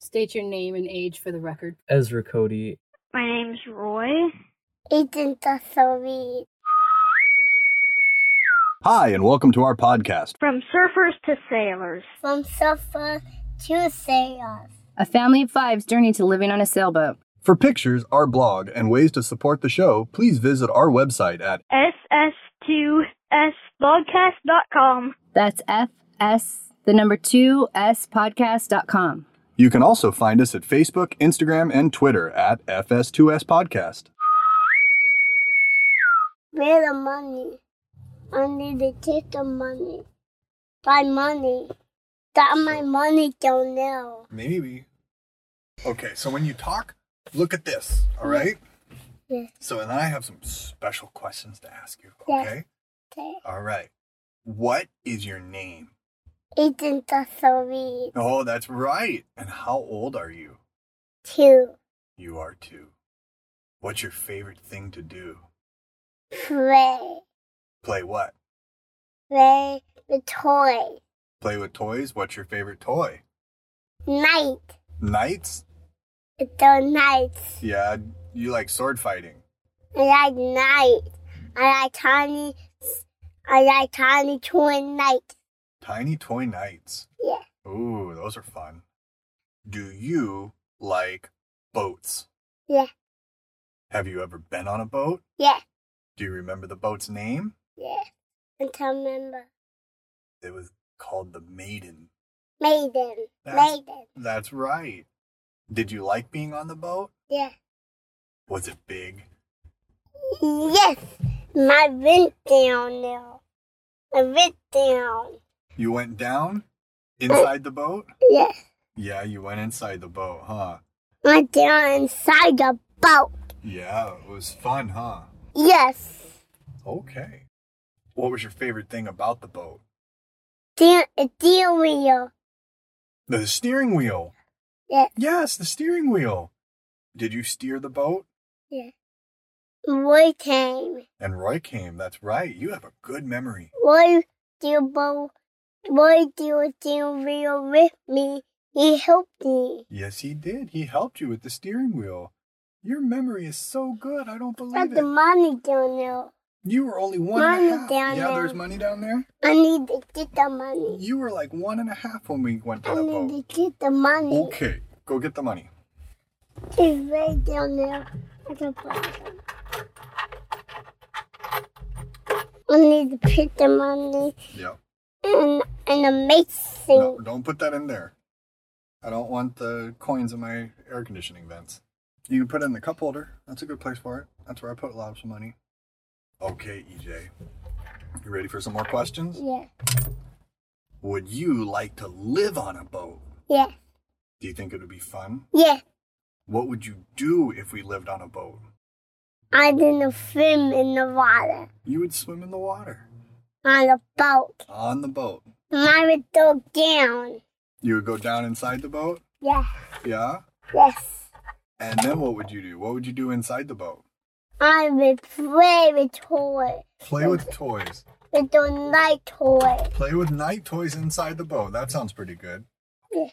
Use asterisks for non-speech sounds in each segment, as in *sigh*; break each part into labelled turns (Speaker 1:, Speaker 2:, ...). Speaker 1: State your name and age for the record.
Speaker 2: Ezra Cody.
Speaker 3: My name's Roy.
Speaker 4: Agent Dasari.
Speaker 5: Hi, and welcome to our podcast.
Speaker 3: From surfers to sailors.
Speaker 4: From Suffer to Sayers.
Speaker 6: A family of five's journey to living on a sailboat.
Speaker 5: For pictures, our blog, and ways to support the show, please visit our website at
Speaker 3: SS2Sblogcast.com.
Speaker 6: That's FS, the number two, S podcast.com.
Speaker 5: You can also find us at Facebook, Instagram, and Twitter at FS2S Podcast.
Speaker 4: Where the money? Only they take the money. Buy money. Got my money, don't know.
Speaker 5: Maybe. Okay, so when you talk, look at this, all right?
Speaker 4: Yeah.
Speaker 5: So then I have some special questions to ask you,
Speaker 4: Yeah.
Speaker 5: okay?
Speaker 4: Okay.
Speaker 5: All right. What is your name?
Speaker 4: Agent Dasari.
Speaker 5: Oh, that's right. And how old are you?
Speaker 4: Two.
Speaker 5: You are two. What's your favorite thing to do?
Speaker 4: Play.
Speaker 5: Play what?
Speaker 4: Play the toy.
Speaker 5: Play with toys? What's your favorite toy?
Speaker 4: Night.
Speaker 5: Knights?
Speaker 4: It's the night.
Speaker 5: Yeah, you like sword fighting.
Speaker 4: I like night. I like tiny. I like tiny toy night.
Speaker 5: Tiny toy knights.
Speaker 4: Yeah.
Speaker 5: Ooh, those are fun. Do you like boats?
Speaker 4: Yeah.
Speaker 5: Have you ever been on a boat?
Speaker 4: Yeah.
Speaker 5: Do you remember the boat's name?
Speaker 4: Yeah. And to remember.
Speaker 5: It was called the Maiden.
Speaker 4: Maiden.
Speaker 5: That's-
Speaker 4: Maiden.
Speaker 5: That's right. Did you like being on the boat?
Speaker 4: Yeah.
Speaker 5: Was it big?
Speaker 4: Yes. My went down now. I went down.
Speaker 5: You went down inside the boat?
Speaker 4: Yes.
Speaker 5: Yeah, you went inside the boat, huh?
Speaker 4: Went down inside the boat.
Speaker 5: Yeah, it was fun, huh?
Speaker 4: Yes.
Speaker 5: Okay. What was your favorite thing about the boat?
Speaker 4: Deal, deal wheel.
Speaker 5: The steering wheel.
Speaker 4: Yeah.
Speaker 5: Yes, the steering wheel. Did you steer the boat?
Speaker 4: Yeah. Roy came.
Speaker 5: And Roy came. That's right. You have a good memory.
Speaker 4: Roy deal boat. Roy deal deal wheel with me. He helped me.
Speaker 5: Yes, he did. He helped you with the steering wheel. Your memory is so good. I don't
Speaker 4: Got
Speaker 5: believe
Speaker 4: the
Speaker 5: it.
Speaker 4: money down there.
Speaker 5: You were only one and a
Speaker 4: money
Speaker 5: half.
Speaker 4: down
Speaker 5: yeah,
Speaker 4: there.
Speaker 5: there's money down there.
Speaker 4: I need to get the money.
Speaker 5: You were like one and a half when we went to
Speaker 4: I
Speaker 5: the
Speaker 4: need
Speaker 5: boat.
Speaker 4: to get the money.
Speaker 5: Okay, go get the money.
Speaker 4: It's right down there. I can find them. I need to put the money
Speaker 5: Yeah.
Speaker 4: in in a mason.
Speaker 5: No, don't put that in there. I don't want the coins in my air conditioning vents. You can put it in the cup holder. That's a good place for it. That's where I put a lot of some money. Okay, EJ. You ready for some more questions?
Speaker 4: Yeah,
Speaker 5: Would you like to live on a boat?
Speaker 4: yeah,
Speaker 5: Do you think it would be fun?
Speaker 4: yeah.
Speaker 5: What would you do if we lived on a boat?
Speaker 4: I didn't swim in the water
Speaker 5: You would swim in the water
Speaker 4: on a boat.
Speaker 5: on the boat.
Speaker 4: And I would go down.
Speaker 5: You would go down inside the boat?
Speaker 4: Yeah,
Speaker 5: Yeah.
Speaker 4: yes.
Speaker 5: And then what would you do? What would you do inside the boat?
Speaker 4: I would play with toy,
Speaker 5: Play with toys.
Speaker 4: with the night toy.
Speaker 5: Play with night toys inside the boat. That sounds pretty good.
Speaker 4: Yeah.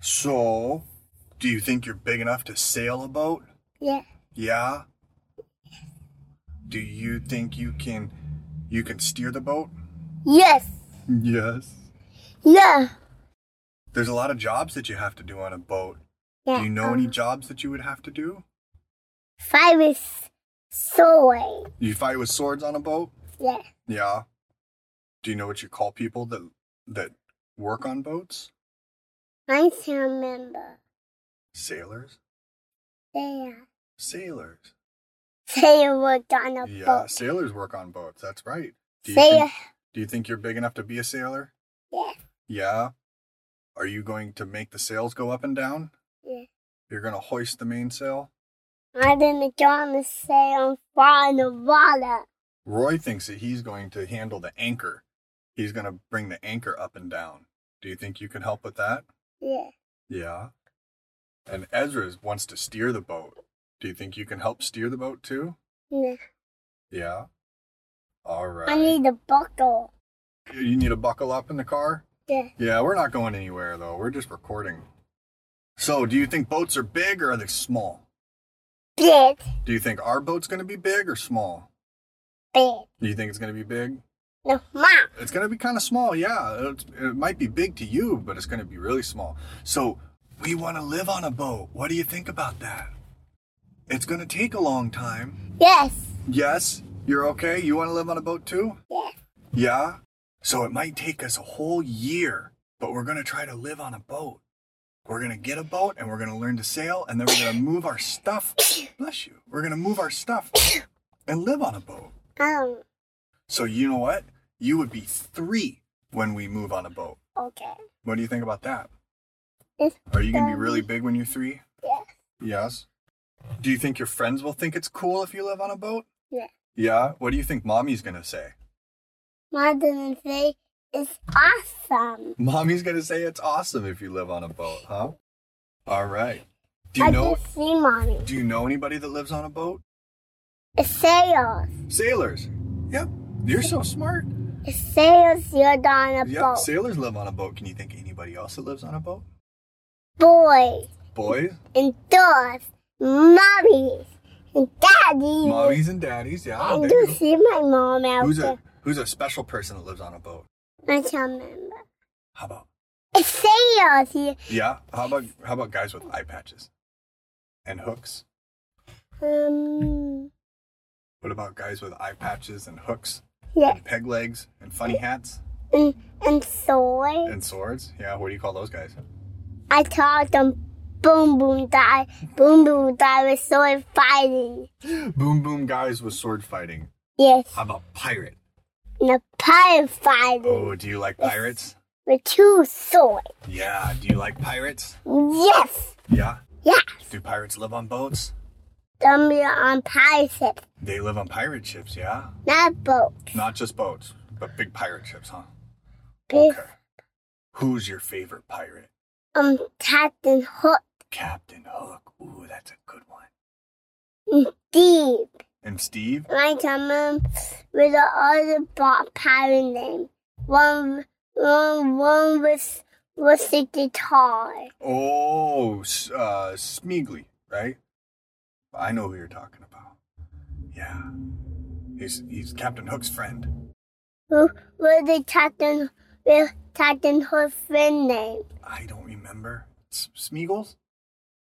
Speaker 5: So, do you think you're big enough to sail a boat?
Speaker 4: Yeah,
Speaker 5: Yeah. Do you think you can you can steer the boat?
Speaker 4: yes,
Speaker 5: Yes.
Speaker 4: yeah.
Speaker 5: There's a lot of jobs that you have to do on a boat.
Speaker 4: yeah. um,
Speaker 5: do you know any jobs that you would have to do?
Speaker 4: Virus soy.
Speaker 5: You fight with swords on a boat?
Speaker 4: Yeah.
Speaker 5: Yeah. Do you know what you call people that that work on boats?
Speaker 4: I can remember.
Speaker 5: Sailors?
Speaker 4: Yeah.
Speaker 5: Sailors.
Speaker 4: uh, *laughs* Say worked on a
Speaker 5: yeah,
Speaker 4: boat.
Speaker 5: sailors work on boats. That's right. Do you,
Speaker 4: Say
Speaker 5: think, do you think you're big enough to be a sailor?
Speaker 4: yeah,
Speaker 5: Yeah. Are you going to make the sails go up and down?
Speaker 4: yeah.
Speaker 5: You're going to hoist the mainsail?
Speaker 4: I didn't go on the sail and fall in the water.
Speaker 5: Roy thinks that he's going to handle the anchor. He's going to bring the anchor up and down. Do you think you can help with that?
Speaker 4: Yeah.
Speaker 5: Yeah. And Ezra wants to steer the boat. Do you think you can help steer the boat too?
Speaker 4: No.
Speaker 5: Yeah. All right.
Speaker 4: I need a buckle.
Speaker 5: you need to buckle up in the car?
Speaker 4: Yeah.
Speaker 5: Yeah, we're not going anywhere though. We're just recording. So, do you think boats are big or are they small?
Speaker 4: Big,
Speaker 5: Do you think our boat's going to be big or small?
Speaker 4: big.
Speaker 5: Do you think it's going to be big?
Speaker 4: No, mom.
Speaker 5: It's going to be kind of small, yeah. It, it might be big to you, but it's going to be really small. So, we want to live on a boat. What do you think about that? It's going to take a long time.
Speaker 4: Yes,
Speaker 5: Yes, you're okay. You want to live on a boat too?
Speaker 4: yes.
Speaker 5: Yeah. So it might take us a whole year, but we're going to try to live on a boat. We're going to get a boat and we're going to learn to sail and then we're going to move our stuff. Bless you. We're going to move our stuff and live on a boat.
Speaker 4: Um,
Speaker 5: So you know what? You would be three when we move on a boat.
Speaker 4: okay.
Speaker 5: What do you think about that?
Speaker 4: It's
Speaker 5: Are you going to be really big when you're three?
Speaker 4: Yes,
Speaker 5: Yes. Do you think your friends will think it's cool if you live on a boat?
Speaker 4: yes.
Speaker 5: Yeah. What do you think mommy's going to say?
Speaker 4: Mom didn't say it's awesome.
Speaker 5: Mommy's gonna say it's awesome if you live on a boat, huh? All right. Do you
Speaker 4: I
Speaker 5: know?
Speaker 4: just see mommy.
Speaker 5: Do you know anybody that lives on a boat?
Speaker 4: It sails.
Speaker 5: Sailors. Yep. You're so smart.
Speaker 4: It sails. You're on a
Speaker 5: yep.
Speaker 4: boat.
Speaker 5: Sailors live on a boat. Can you think of anybody else that lives on a boat?
Speaker 4: Boys
Speaker 5: Boys,
Speaker 4: and dogs, mommies and daddies.
Speaker 5: mommies, and daddies. Yeah.
Speaker 4: I
Speaker 5: they
Speaker 4: do
Speaker 5: do.
Speaker 4: see my mom out
Speaker 5: Who's
Speaker 4: there.
Speaker 5: a Who's a special person that lives on a boat?
Speaker 4: I can't remember.
Speaker 5: How about?
Speaker 4: It sails. You
Speaker 5: Yeah. How about? How about guys with eye patches and hooks?
Speaker 4: um.
Speaker 5: What about guys with eye patches and hooks
Speaker 4: Yeah.
Speaker 5: and peg legs and funny hats
Speaker 4: And and soy.
Speaker 5: and swords? Yeah. What do you call those guys?
Speaker 4: I taught them. Boom boom die. Boom boom die with soy fighting.
Speaker 5: Boom Boom Guys was sword fighting.
Speaker 4: Yes.
Speaker 5: How about pirate?
Speaker 4: And a pirate fighting
Speaker 5: Oh, do you like pirates?
Speaker 4: with two swords.
Speaker 5: Yeah. Do you like pirates?
Speaker 4: Yes.
Speaker 5: Yeah.
Speaker 4: Yes.
Speaker 5: Do pirates live on boats?
Speaker 4: Dummy on pirate ship,
Speaker 5: They live on pirate ships, yeah?
Speaker 4: not boat.
Speaker 5: Not just boats, but big pirate ships, huh?
Speaker 4: Big
Speaker 5: Okay. Who's your favorite pirate?
Speaker 4: um Captain Hook
Speaker 5: Captain Hook. Ooh, that's a good one.
Speaker 4: and Steve.
Speaker 5: And Steve?
Speaker 4: My common um, with the other bot pirate name. One one one was was the guitar.
Speaker 5: Oh, S- uh, Smeagly, right? I know who you're talking about. Yeah. He's, he's Captain Hook's friend.
Speaker 4: Who was the Captain with Captain Hook's friend name?
Speaker 5: I don't remember. S- Smeagles?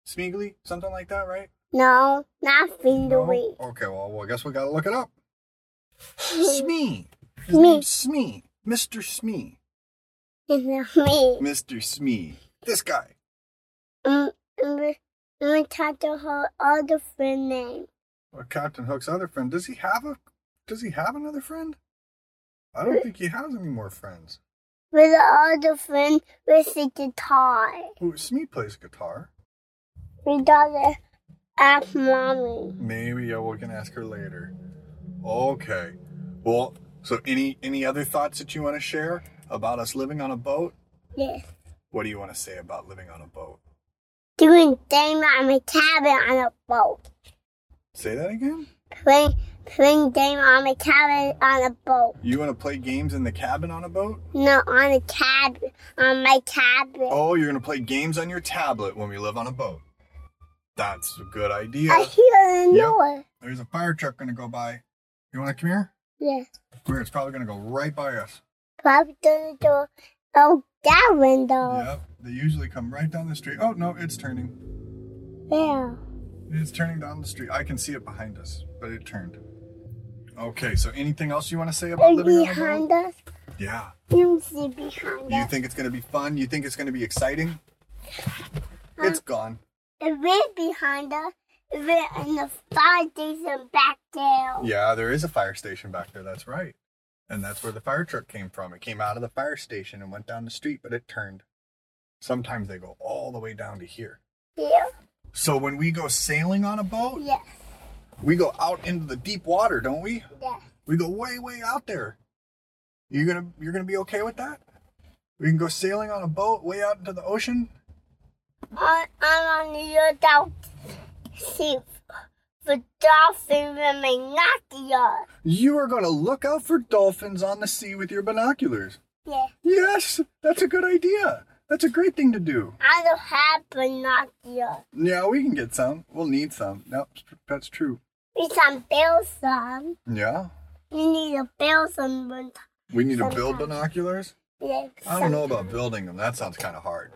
Speaker 5: Smeagly? Something like that, right?
Speaker 4: No, not Findery.
Speaker 5: Okay, well, well, I guess we gotta look it up. Smee. His
Speaker 4: Smee.
Speaker 5: name's Smee. Mr. Smee.
Speaker 4: *laughs* It's me.
Speaker 5: Mr. Smee. This guy.
Speaker 4: Um, um, um Captain Hook other friend name.
Speaker 5: Well, Captain Hook's other friend. Does he have a does he have another friend? I don't think he has any more friends.
Speaker 4: with the other friend with the guitar.
Speaker 5: Ooh, Smee plays guitar.
Speaker 4: We got it at mommy.
Speaker 5: Maybe yeah, we can ask her later. Okay. Well, so any any other thoughts that you want to share about us living on a boat?
Speaker 4: Yes.
Speaker 5: What do you want to say about living on a boat?
Speaker 4: Doing game on a cabin on a boat.
Speaker 5: Say that again?
Speaker 4: Playing playing game on a cabin on a boat.
Speaker 5: You want to play games in the cabin on a boat?
Speaker 4: No, on a cabin on my cabin.
Speaker 5: Oh, you're going to play games on your tablet when we live on a boat. That's a good
Speaker 4: I
Speaker 5: idea.
Speaker 4: hear a
Speaker 5: Yeah.
Speaker 4: noise.
Speaker 5: There's a fire truck going to go by. You want to come here?
Speaker 4: Yes.
Speaker 5: Come here, it's probably going to go right by us.
Speaker 4: Pop the door. Oh, that window.
Speaker 5: Yep, they usually come right down the street. Oh, no, it's turning.
Speaker 4: There.
Speaker 5: It's turning down the street. I can see it behind us, but it turned. Okay, so anything else you want to say about
Speaker 4: They're
Speaker 5: living on a boat?
Speaker 4: behind us.
Speaker 5: Yeah.
Speaker 4: You can see behind
Speaker 5: You
Speaker 4: us.
Speaker 5: think it's going to be fun? You think it's going to be exciting? It's gone.
Speaker 4: It went behind us. It went in the fire station back there.
Speaker 5: Yeah, there is a fire station back there. That's right. And that's where the fire truck came from. It came out of the fire station and went down the street, but it turned. Sometimes they go all the way down to here.
Speaker 4: Yeah.
Speaker 5: So when we go sailing on a boat,
Speaker 4: Yes.
Speaker 5: we go out into the deep water, don't we?
Speaker 4: Yes.
Speaker 5: We go way, way out there. You gonna you're gonna be okay with that? We can go sailing on a boat way out into the ocean?
Speaker 4: I, I'm on the adult see The dolphin remain not the earth.
Speaker 5: You are gonna look out for dolphins on the sea with your binoculars.
Speaker 4: Yes.
Speaker 5: Yes, that's a good idea. That's a great thing to do.
Speaker 4: I don't have binoculars.
Speaker 5: Yeah, we can get some. We'll need some. Nope, that's true.
Speaker 4: We can build some.
Speaker 5: Yeah,
Speaker 4: You need to build some bin-
Speaker 5: we need to build
Speaker 4: Sometimes.
Speaker 5: binoculars.
Speaker 4: yeah,
Speaker 5: I don't know
Speaker 4: some-
Speaker 5: about building them. That sounds kind of hard.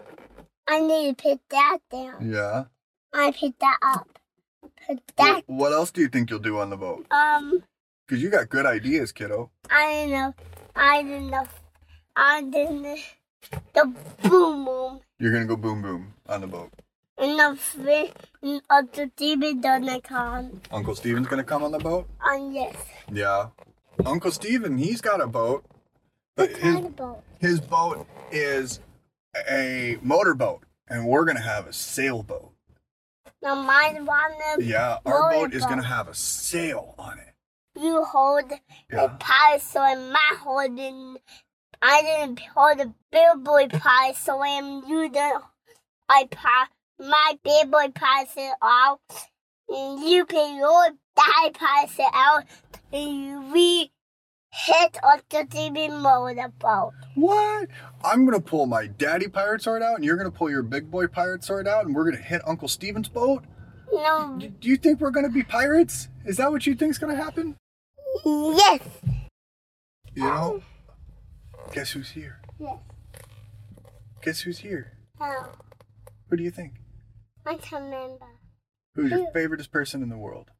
Speaker 4: I need to put that down.
Speaker 5: Yeah.
Speaker 4: I pick that up. Put
Speaker 5: Well,
Speaker 4: that.
Speaker 5: what else do you think you'll do on the boat?
Speaker 4: Um,
Speaker 5: Because you got good ideas, kiddo.
Speaker 4: I don't know. I don't know. I didn't. The boom boom.
Speaker 5: You're gonna go boom boom on the boat.
Speaker 4: And the fin of the demon doesn't come.
Speaker 5: Uncle Steven's gonna come on the boat.
Speaker 4: On yes.
Speaker 5: Yeah. Uncle Steven, he's got a boat. But
Speaker 4: It's
Speaker 5: his,
Speaker 4: edible.
Speaker 5: his boat is a motorboat, and we're gonna have a sailboat.
Speaker 4: Now mine one of
Speaker 5: Yeah, our boat is
Speaker 4: Motorboat.
Speaker 5: gonna have a sail on it.
Speaker 4: you hold a
Speaker 5: Yeah.
Speaker 4: pie so I'm not holding I didn't hold a big boy pie so I'm you don't I pie my big boy pie sit out and you pay your die pie sit out and we hit on the TV motorboat.
Speaker 5: What? I'm gonna pull my daddy pirate sword out, and you're gonna pull your big boy pirate sword out, and we're gonna hit Uncle Steven's boat.
Speaker 4: No
Speaker 5: Do you think we're gonna be pirates? Is that what you think's gonna happen?
Speaker 4: Yes
Speaker 5: You know? Guess who's here?
Speaker 4: Yes.
Speaker 5: Guess who's here?
Speaker 4: No,
Speaker 5: Who do you think?
Speaker 4: I can remember.
Speaker 5: Who's your
Speaker 4: Who?
Speaker 5: favoriteest person in the world?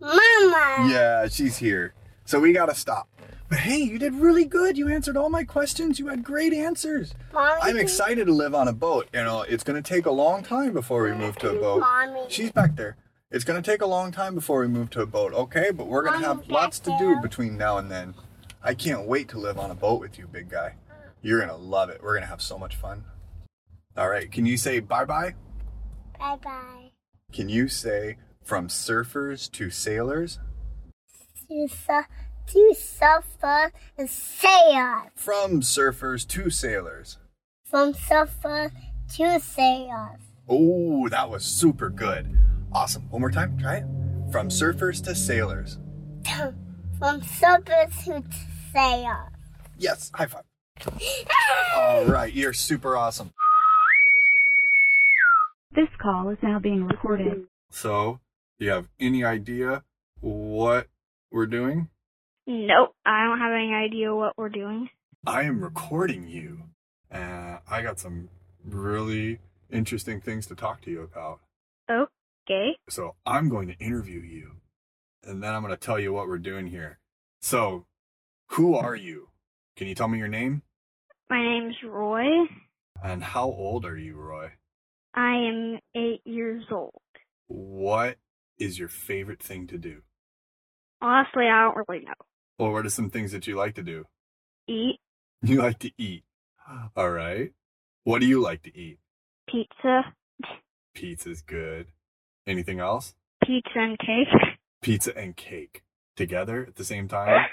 Speaker 4: Mama
Speaker 5: Yeah, she's here. So we gotta stop. But hey, you did really good. You answered all my questions. You had great answers.
Speaker 4: Mommy
Speaker 5: I'm excited to live on a boat. You know, it's gonna take a long time before we move to a boat.
Speaker 4: Mommy
Speaker 5: She's back there. It's gonna take a long time before we move to a boat, okay? But we're gonna have lots to do between now and then. I can't wait to live on a boat with you, big guy. You're gonna love it. We're gonna have so much fun. All right, can you say bye bye?
Speaker 4: bye bye.
Speaker 5: Can you say from surfers to sailors?
Speaker 4: to, su- to suffer and sail
Speaker 5: From surfers to sailors.
Speaker 4: from suffer to sail.
Speaker 5: Oh, that was super good. Awesome. One more time. Try it. From surfers to sailors.
Speaker 4: *clears throat* from suffer to sail.
Speaker 5: Yes. High five. All right. You're super awesome.
Speaker 2: This call is now being recorded.
Speaker 5: So, do you have any idea what we're doing?
Speaker 3: Nope, I don't have any idea what we're doing.
Speaker 5: I am recording you. Uh, I got some really interesting things to talk to you about.
Speaker 3: Okay.
Speaker 5: So I'm going to interview you, and then I'm going to tell you what we're doing here. So, who are you? Can you tell me your name?
Speaker 3: My name's Roy.
Speaker 5: And how old are you, Roy?
Speaker 3: I am eight years old.
Speaker 5: What is your favorite thing to do?
Speaker 3: Honestly, I don't really know.
Speaker 5: Or what are some things that you like to do? *laughs*
Speaker 3: Eat
Speaker 5: You like to eat. All right. What do you like to eat?
Speaker 3: pizza,
Speaker 5: Pizza's good. Anything else?
Speaker 3: pizza and cake. *laughs*
Speaker 5: Pizza and cake together at the same time?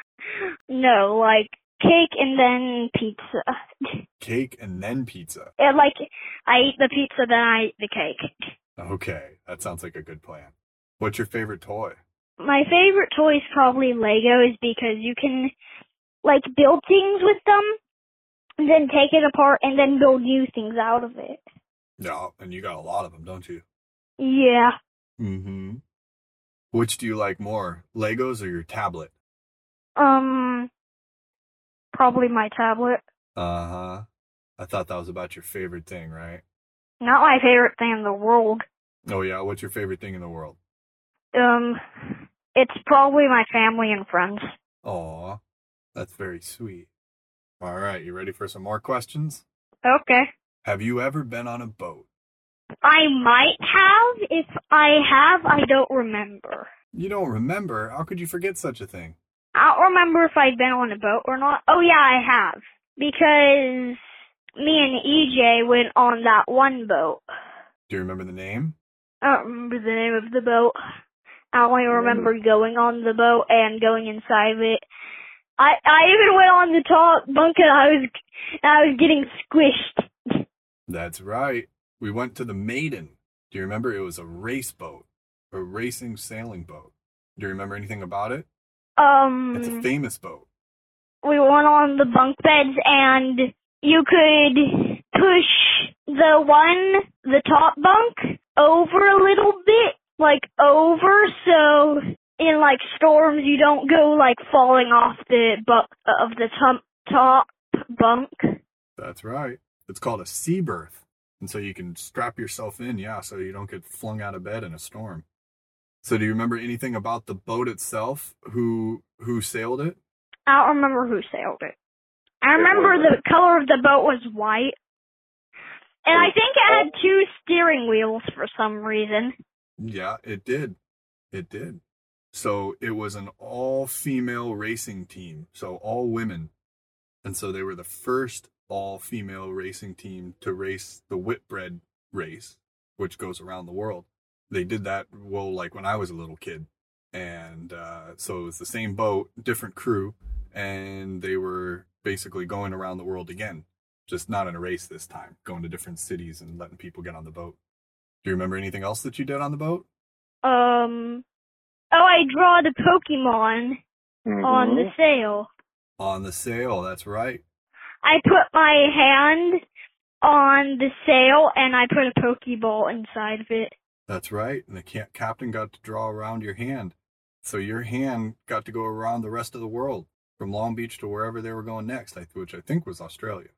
Speaker 3: no, like cake and then pizza.
Speaker 5: Cake and then pizza.
Speaker 3: it, like I eat the pizza, then I eat the cake.
Speaker 5: Okay, that sounds like a good plan. What's your favorite toy?
Speaker 3: My favorite toy is probably Legos because you can like build things with them, and then take it apart and then build new things out of it.
Speaker 5: Yeah, and you got a lot of them, don't you?
Speaker 3: Yeah,
Speaker 5: Mm-hmm. Which do you like more, Legos or your tablet?
Speaker 3: um, probably my tablet.
Speaker 5: Uh-huh. I thought that was about your favorite thing, right?
Speaker 3: Not my favorite thing in the world.
Speaker 5: Oh yeah, what's your favorite thing in the world?
Speaker 3: Um, it's probably my family and friends.
Speaker 5: Aw, that's very sweet. All right, you ready for some more questions?
Speaker 3: Okay.
Speaker 5: Have you ever been on a boat?
Speaker 3: I might have. If I have, I don't remember.
Speaker 5: You don't remember? How could you forget such a thing?
Speaker 3: I don't remember if I'd been on a boat or not. Oh yeah, I have. Because me and EJ went on that one boat.
Speaker 5: Do you remember the name?
Speaker 3: I don't remember the name of the boat. I only remember going on the boat and going inside of it. I I even went on the top bunk and I was I was getting squished.
Speaker 5: That's right. We went to the Maiden. Do you remember? It was a race boat, a racing sailing boat. Do you remember anything about it? It's a
Speaker 3: Um,
Speaker 5: famous boat.
Speaker 3: we went on the bunk beds and you could push the one, the top bunk, over a little bit, like over, so in like storms you don't go like falling off the bu- of the top top bunk.
Speaker 5: That's right. It's called a sea berth. And so you can strap yourself in, yeah, so you don't get flung out of bed in a storm. So do you remember anything about the boat itself? Who who sailed it?
Speaker 3: I don't remember who sailed it. I remember the color of the boat was white. And I think it had two steering wheels for some reason.
Speaker 5: Yeah, it did. It did. So it was an all female racing team. So all women. And so they were the first all female racing team to race the Whitbread race, which goes around the world. They did that, well, like when I was a little kid. And uh, so it was the same boat, different crew. And they were basically going around the world again, just not in a race this time, going to different cities and letting people get on the boat. Do you remember anything else that you did on the boat?
Speaker 3: Um Oh, I draw the Pokemon on the sail.
Speaker 5: On the sail, that's right.
Speaker 3: I put my hand on the sail and I put a Pokeball inside of it.
Speaker 5: That's right. And the ca- captain got to draw around your hand. So your hand got to go around the rest of the world from Long Beach to wherever they were going next, I- which I think was Australia.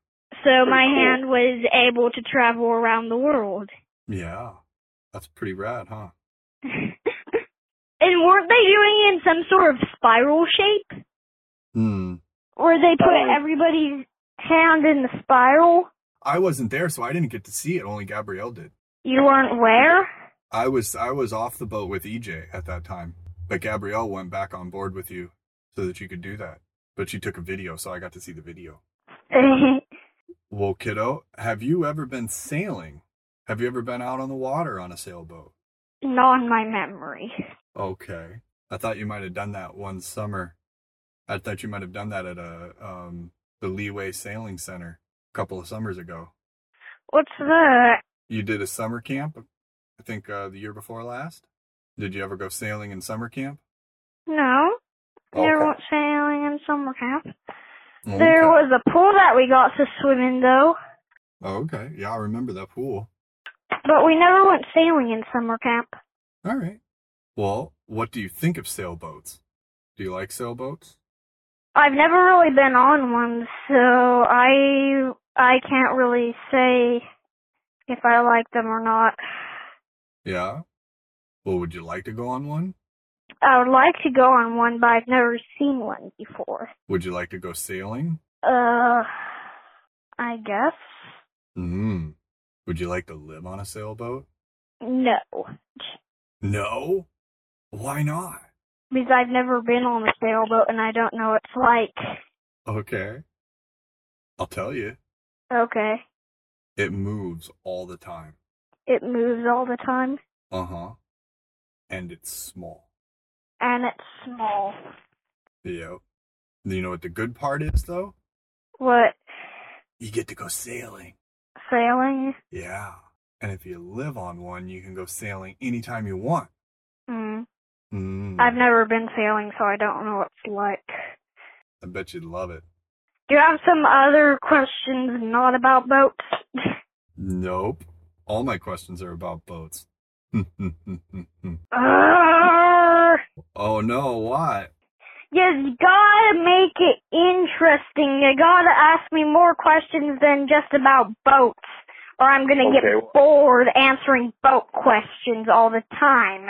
Speaker 3: So my hand was able to travel around the world.
Speaker 5: Yeah. That's pretty rad, huh?
Speaker 3: and weren't they doing it in some sort of spiral shape?
Speaker 5: Hmm.
Speaker 3: Where they put
Speaker 7: Oh.
Speaker 3: everybody's hand in the spiral?
Speaker 5: I wasn't there, so I didn't get to see it. Only Gabrielle did.
Speaker 3: You weren't where?
Speaker 5: I was I was off the boat with EJ at that time, but Gabrielle went back on board with you so that you could do that. But she took a video, so I got to see the video. Well, kiddo, have you ever been sailing? Have you ever been out on the water on a sailboat?
Speaker 3: *laughs* Not in my memory.
Speaker 5: Okay. I thought you might have done that one summer. I thought you might have done that at a um the Leeway Sailing Center a couple of summers ago.
Speaker 3: What's that?
Speaker 5: You did a summer camp, I think uh, the year before last. Did you ever go sailing in summer camp?
Speaker 3: No. There
Speaker 5: Okay.
Speaker 3: was sailing in summer camp.
Speaker 5: Okay.
Speaker 3: There was a pool that we got to swim in though,
Speaker 5: Oh, okay. Yeah, I remember that pool.
Speaker 3: but we never went sailing in summer camp.
Speaker 5: All right. Well, what do you think of sailboats? Do you like sailboats?
Speaker 3: I've never really been on one, so I I can't really say if I like them or not.
Speaker 5: Yeah. Well, would you like to go on one?
Speaker 3: I would like to go on one, but I've never seen one before.
Speaker 5: Would you like to go sailing?
Speaker 3: Uh, I guess
Speaker 5: Hmm. Would you like to live on a sailboat?
Speaker 3: no,
Speaker 5: No. Why not?
Speaker 3: because I've never been on a sailboat and I don't know what it's like.
Speaker 5: Okay. I'll tell you.
Speaker 3: Okay,
Speaker 5: It moves all the time.
Speaker 3: it moves all the time
Speaker 5: Uh huh. And it's small.
Speaker 3: and it's small.
Speaker 5: Yep. You know what the good part is, though?
Speaker 3: What
Speaker 5: You get to go sailing.
Speaker 3: sailing?
Speaker 5: Yeah. And if you live on one, you can go sailing anytime you want.
Speaker 3: Mm.
Speaker 5: Mm.
Speaker 3: I've never been sailing, so I don't know what it's like.
Speaker 5: I bet you'd love it.
Speaker 3: Do you have some other questions not about boats?
Speaker 5: Nope. All my questions are about boats. *laughs*
Speaker 3: Arrgh.
Speaker 5: oh no, what?
Speaker 3: You gotta make it interesting. You gotta ask me more questions than just about boats, or I'm gonna
Speaker 7: Okay.
Speaker 3: get bored answering boat questions all the time.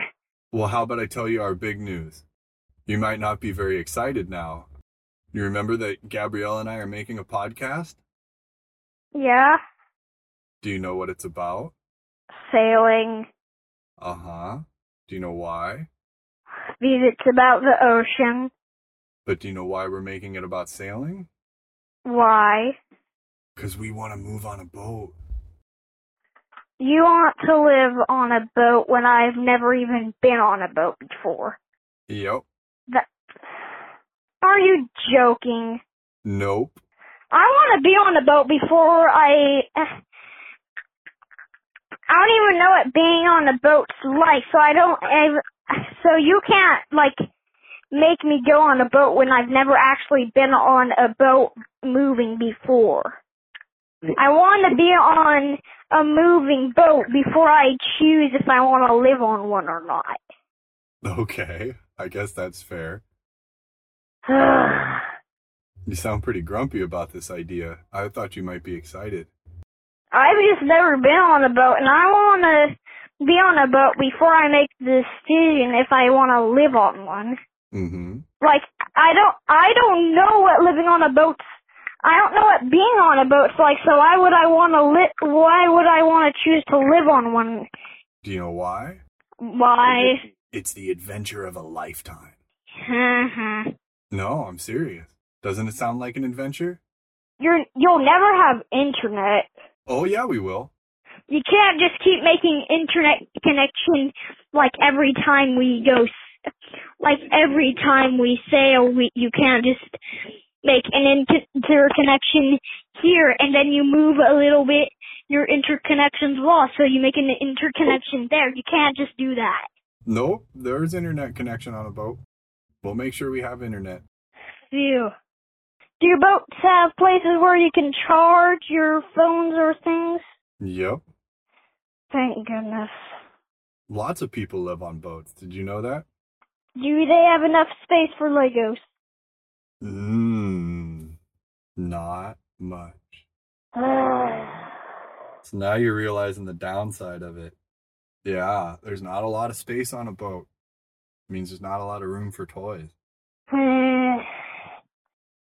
Speaker 5: Well, how about I tell you our big news? You might not be very excited now. You remember that Gabrielle and I are making a podcast?
Speaker 3: Yeah,
Speaker 5: Do you know what it's about?
Speaker 3: sailing.
Speaker 5: Uh huh. Do you know why?
Speaker 3: Because it's about the ocean.
Speaker 5: But do you know why we're making it about sailing?
Speaker 3: Why?
Speaker 5: Because we want to move on a boat.
Speaker 3: You want to live on a boat when I've never even been on a boat before.
Speaker 5: Yep.
Speaker 3: Are you joking?
Speaker 5: Nope. *laughs*
Speaker 3: I want to be on a boat before I. I don't even know what being on a boat's like, so I don't. I, so you can't like make me go on a boat when I've never actually been on a boat moving before. I want to be on a moving boat before I choose if I want to live on one or not.
Speaker 5: Okay, I guess that's fair.
Speaker 3: *sighs* I
Speaker 5: You sound pretty grumpy about this idea. I thought you might be excited.
Speaker 3: I've just never been on a boat, and I want to be on a boat before I make the decision if I want to live on one.
Speaker 5: Mm-hmm.
Speaker 3: Like I don't, I don't know what living on a boat. I don't know what being on a boat's like. So why would I want to li- Why would I want to choose to live on one?
Speaker 5: Do you know why?
Speaker 3: Why?
Speaker 5: It's the adventure of a lifetime.
Speaker 3: Mhm.
Speaker 5: No, I'm serious. Doesn't it sound like an adventure?
Speaker 3: *laughs* You're you'll never have internet.
Speaker 5: Oh yeah, we will.
Speaker 3: You can't just keep making internet connection like every time we go, s- like every time we sail. We you can't just make an inter- interconnection here and then you move a little bit. Your interconnection's lost, so you make an interconnection there. You can't just do that.
Speaker 5: Nope, there's internet connection on a boat. We'll make sure we have internet.
Speaker 3: Phew. Do your boats have places where you can charge your phones or things?
Speaker 5: Yep.
Speaker 3: Thank goodness.
Speaker 5: Lots of people live on boats. Did you know that?
Speaker 3: Do they have enough space for Legos?
Speaker 5: Mmm. Not much. So now you're realizing the downside of it. Yeah, there's not a lot of space on a boat. means there's not a lot of room for toys.
Speaker 3: Hmm.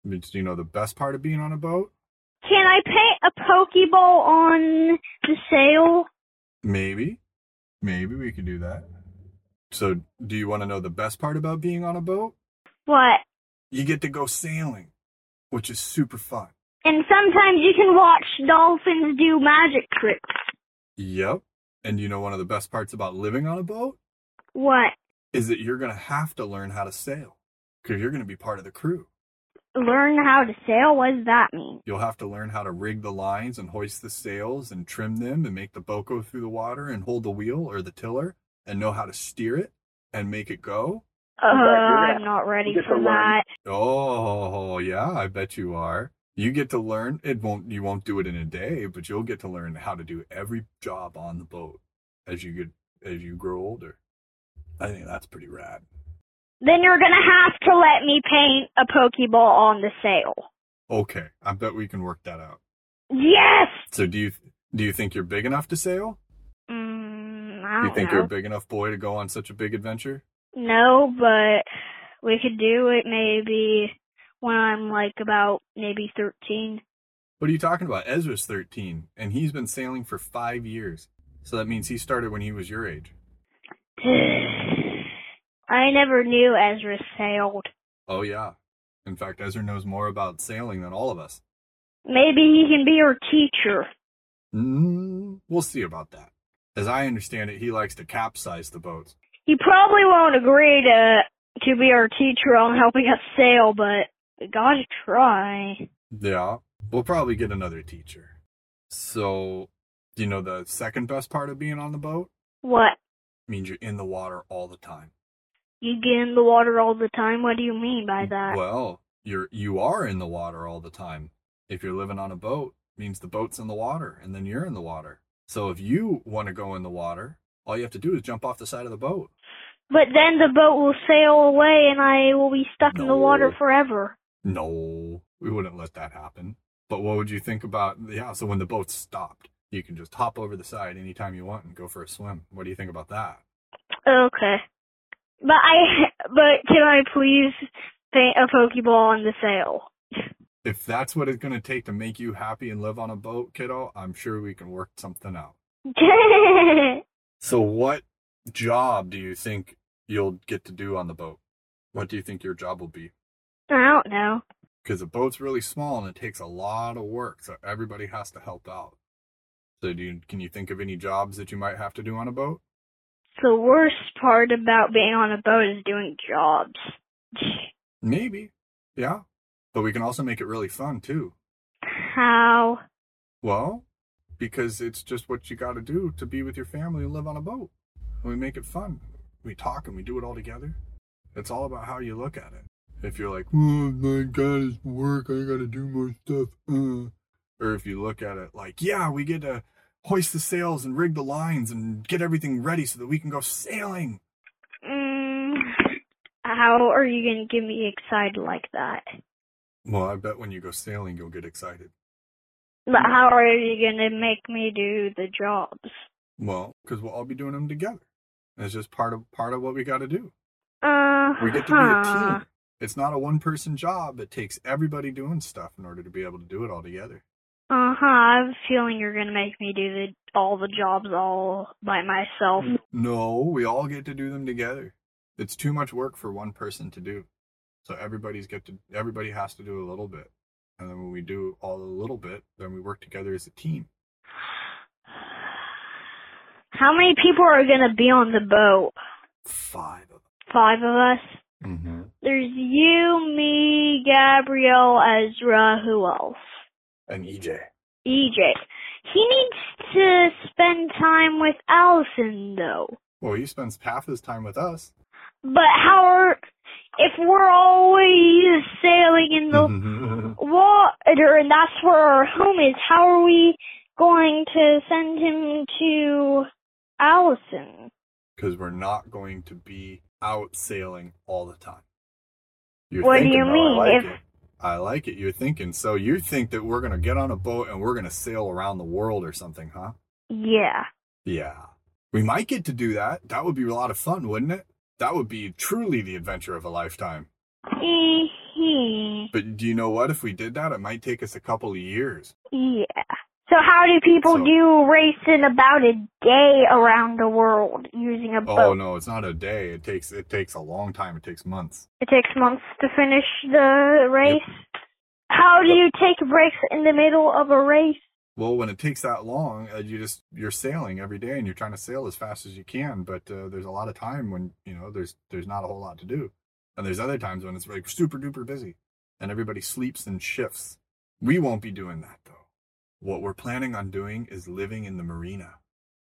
Speaker 3: Can
Speaker 5: means you know the best part of being on a boat?
Speaker 3: I paint a Pokeball on the sail?
Speaker 5: Maybe. Maybe we could do that. So, do you want to know the best part about being on a boat?
Speaker 3: What?
Speaker 5: You get to go sailing, which is super fun.
Speaker 3: And sometimes you can watch dolphins do magic tricks.
Speaker 5: Yep. And you know one of the best parts about living on a boat
Speaker 3: What?
Speaker 5: is that you're going to have to learn how to sail because you're going to be part of the crew.
Speaker 3: Learn how to sail? What does that mean?
Speaker 5: You'll have to learn how to rig the lines and hoist the sails and trim them and make the boat go through the water and hold the wheel or the tiller and know how to steer it and make it go.
Speaker 3: Uh,
Speaker 7: Okay, you're
Speaker 3: I'm not ready
Speaker 7: You get
Speaker 3: for
Speaker 7: to learn.
Speaker 3: that.
Speaker 5: Oh, yeah, I bet you are. You get to learn it won't you won't do it in a day, but you'll get to learn how to do every job on the boat as you get as you grow older. I think that's pretty rad.
Speaker 3: Then you're gonna have to let me paint a Pokeball on the sail.
Speaker 5: Okay, I bet we can work that out.
Speaker 3: Yes!
Speaker 5: So do you do you think you're big enough to sail?
Speaker 3: Mm,
Speaker 5: Do
Speaker 3: I
Speaker 5: you
Speaker 3: don't
Speaker 5: think
Speaker 3: know.
Speaker 5: you're a big enough boy to go on such a big adventure?
Speaker 3: No, but we could do it maybe when I'm like about maybe 13.
Speaker 5: What are you talking about? Ezra's 13 and he's been sailing for 5 years. So that means he started when he was your age.
Speaker 3: *sighs* I never knew Ezra sailed.
Speaker 5: Oh yeah. In fact, Ezra knows more about sailing than all of us.
Speaker 3: Maybe he can be our teacher.
Speaker 5: Mm, we'll see about that. As I understand it, he likes to capsize the boats.
Speaker 3: He probably won't agree to to be our teacher on helping us sail, but we gotta try.
Speaker 5: Yeah, we'll probably get another teacher. So, you know, the second best part of being on the boat
Speaker 3: What?
Speaker 5: means you're in the water all the time.
Speaker 3: You get in the water all the time? What do you mean by that?
Speaker 5: Well, you're you are in the water all the time. If you're living on a boat, means the boat's in the water, and then you're in the water. So if you want to go in the water, all you have to do is jump off the side of the boat.
Speaker 3: But then the boat will sail away and I will be stuck in the
Speaker 5: No.
Speaker 3: water forever.
Speaker 5: No, we wouldn't let that happen. But what would you think about, yeah, so when the boat stopped, you can just hop over the side anytime you want and go for a swim. What do you think about that?
Speaker 3: Okay. But I, *laughs* but can I please paint a Pokeball on the sail? *laughs*
Speaker 5: If that's what it's going to take to make you happy and live on a boat, kiddo, I'm sure we can work something out. So, what job do you think you'll get to do on the boat? What do you think your job will be?
Speaker 3: I don't know.
Speaker 5: Because the boat's really small and it takes a lot of work, so everybody has to help out. So, do you, can you think of any jobs that you might have to do on a boat?
Speaker 3: The worst part about being on a boat is doing jobs.
Speaker 5: Maybe. Yeah. But we can also make it really fun too.
Speaker 3: How?
Speaker 5: Well, because it's just what you got to do to be with your family and live on a boat. And we make it fun. We talk and we do it all together. It's all about how you look at it. If you're like, oh my God, it's work. I got to do more stuff. Uh. or if you look at it like, yeah, we get to hoist the sails and rig the lines and get everything ready so that we can go sailing.
Speaker 3: Mm, how are you gonna get me excited like that?
Speaker 5: Well, I bet when you go sailing, you'll get excited.
Speaker 3: But how are you gonna make me do the jobs?
Speaker 5: Well, because we'll all be doing them together. It's just part of part of what we got to do.
Speaker 3: Uh,
Speaker 5: We get to be a
Speaker 3: huh.
Speaker 5: team. It's not a one person job. It takes everybody doing stuff in order to be able to do it all together.
Speaker 3: Uh huh. I have a feeling you're gonna make me do the all the jobs all by myself.
Speaker 5: Mm. No, we all get to do them together. It's too much work for one person to do. So everybody's get to everybody has to do a little bit. And then when we do all a little bit, then we work together as a team.
Speaker 3: How many people are gonna be on the boat?
Speaker 5: Five of
Speaker 3: Five of us.
Speaker 5: them. Mm-hmm.
Speaker 3: There's you, me, Gabrielle, Ezra. Who else?
Speaker 5: And E EJ.
Speaker 3: EJ. He needs to spend time with Allison though.
Speaker 5: Well, he spends half his time with us.
Speaker 3: But how are if we're always sailing in the water and that's where our home is, how are we going to send him to Allison?
Speaker 5: because we're not going to be out sailing all the time. You're
Speaker 3: What do you
Speaker 5: though,
Speaker 3: mean?
Speaker 5: I like,
Speaker 3: If-
Speaker 5: it. I like it. You're thinking. So you think that we're going to get on a boat and we're going to sail around the world or something, huh?
Speaker 3: Yeah.
Speaker 5: Yeah. We might get to do that. That would be a lot of fun, wouldn't it? That would be truly the adventure of a lifetime.
Speaker 3: Mhm.
Speaker 5: But do you know what? If we did that, it might take us a couple of years.
Speaker 3: yeah. So how do people
Speaker 5: So-
Speaker 3: do racing about a day around the world using a
Speaker 5: Oh
Speaker 3: boat?
Speaker 5: no, it's not a day. It takes it takes a long time. It takes months.
Speaker 3: It takes months to finish the race. How do you take breaks in the middle of a race?
Speaker 5: Well, when it takes that long, uh, you just you're sailing every day and you're trying to sail as fast as you can. But uh, there's a lot of time when you know there's there's not a whole lot to do, and there's other times when it's like super duper busy, and everybody sleeps and shifts. We won't be doing that though. What we're planning on doing is living in the marina.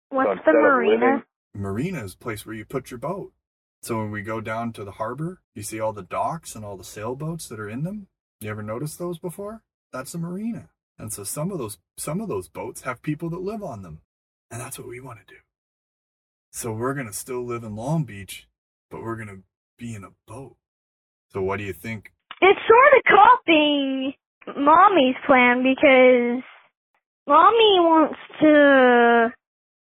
Speaker 3: What's
Speaker 7: instead
Speaker 3: the
Speaker 7: of
Speaker 3: marina?
Speaker 7: living-
Speaker 5: Marina is a place where you put your boat. So when we go down to the harbor, you see all the docks and all the sailboats that are in them. You ever noticed those before? That's a marina. And so some of those some of those boats have people that live on them. And that's what we want to do. So we're going to still live in Long Beach, but we're going to be in a boat. So what do you think?
Speaker 3: It's sort of copying mommy's plan because mommy wants to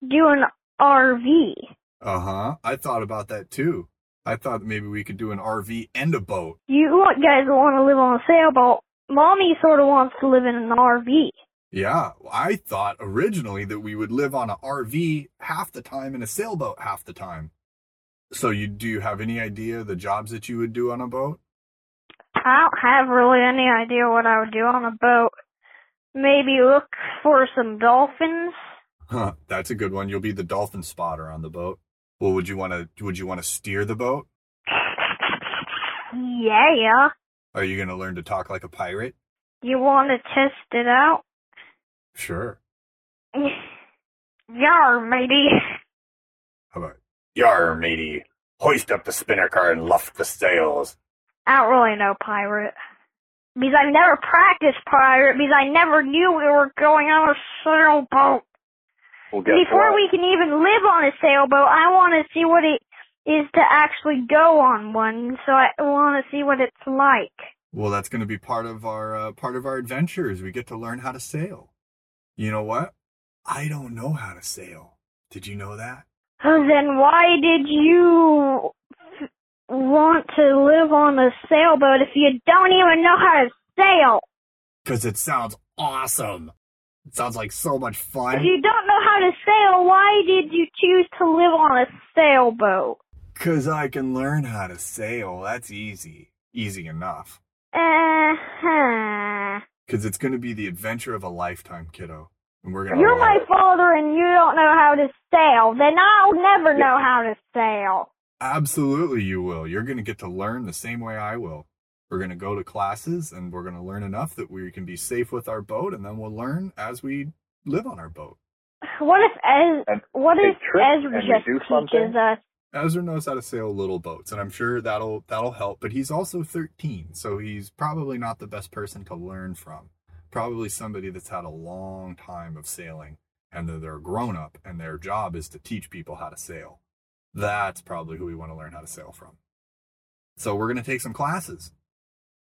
Speaker 3: do an RV.
Speaker 5: Uh-huh. I thought about that too. I thought maybe we could do an RV and a boat.
Speaker 3: You want- guys want to live on a sailboat. Mommy sort of wants to live in an RV.
Speaker 5: Yeah, I thought originally that we would live on a RV half the time and a sailboat half the time. So you do you have any idea the jobs that you would do on a boat?
Speaker 3: I don't have really any idea what I would do on a boat. Maybe look for some dolphins.
Speaker 5: Huh, that's a good one. You'll be the dolphin spotter on the boat. Well, would you want to would you want to steer the boat?
Speaker 3: Yeah, yeah.
Speaker 5: Are you going to learn to talk like a pirate?
Speaker 3: You want to test it out? *laughs*
Speaker 5: Sure.
Speaker 3: Yar, matey. *laughs*
Speaker 5: How about
Speaker 7: Yar, matey. Hoist up the spinnaker and luff the sails.
Speaker 3: I don't really know pirate. Because I never practiced pirate, because I never knew we were going on a sailboat.
Speaker 7: Well, guess
Speaker 3: Before
Speaker 7: what?
Speaker 3: we can even live on a sailboat, I want to see what it is to actually go on one, so I want to see what it's like.
Speaker 5: Well, that's going to be part of our uh, part of our adventures. We get to learn how to sail. You know what? I don't know how to sail. Did you know that?
Speaker 3: Oh, Then why did you f- want to live on a sailboat if you don't even know how to sail?
Speaker 5: Because it sounds awesome. It sounds like so much
Speaker 3: If
Speaker 5: fun.
Speaker 3: you don't know how to sail, why did you choose to live on a sailboat?
Speaker 5: Because I can learn how to sail. That's easy. Easy enough.
Speaker 3: Uh huh.
Speaker 5: Because it's going to be the adventure of a lifetime, kiddo. And we're going
Speaker 3: You're my father and you don't know how to sail. Then I'll never know how to sail.
Speaker 5: Absolutely, you will. You're going to get to learn the same way I will. We're going to go to classes and we're going to learn enough that we can be safe with our boat, and then we'll learn as we live on our boat.
Speaker 3: What if Ez-
Speaker 7: And
Speaker 3: What
Speaker 7: they
Speaker 3: if
Speaker 7: trip
Speaker 3: Ezra
Speaker 7: and they
Speaker 3: just
Speaker 7: do
Speaker 3: teaches
Speaker 7: something?
Speaker 3: us?
Speaker 5: Ezra knows how to sail little boats, and I'm sure that'll that'll help. But he's also 13, so he's probably not the best person to learn from. probably somebody that's had a long time of sailing and that they're a grown up and their job is to teach people how to sail. That's probably who we want to learn how to sail from. So we're going to take some classes.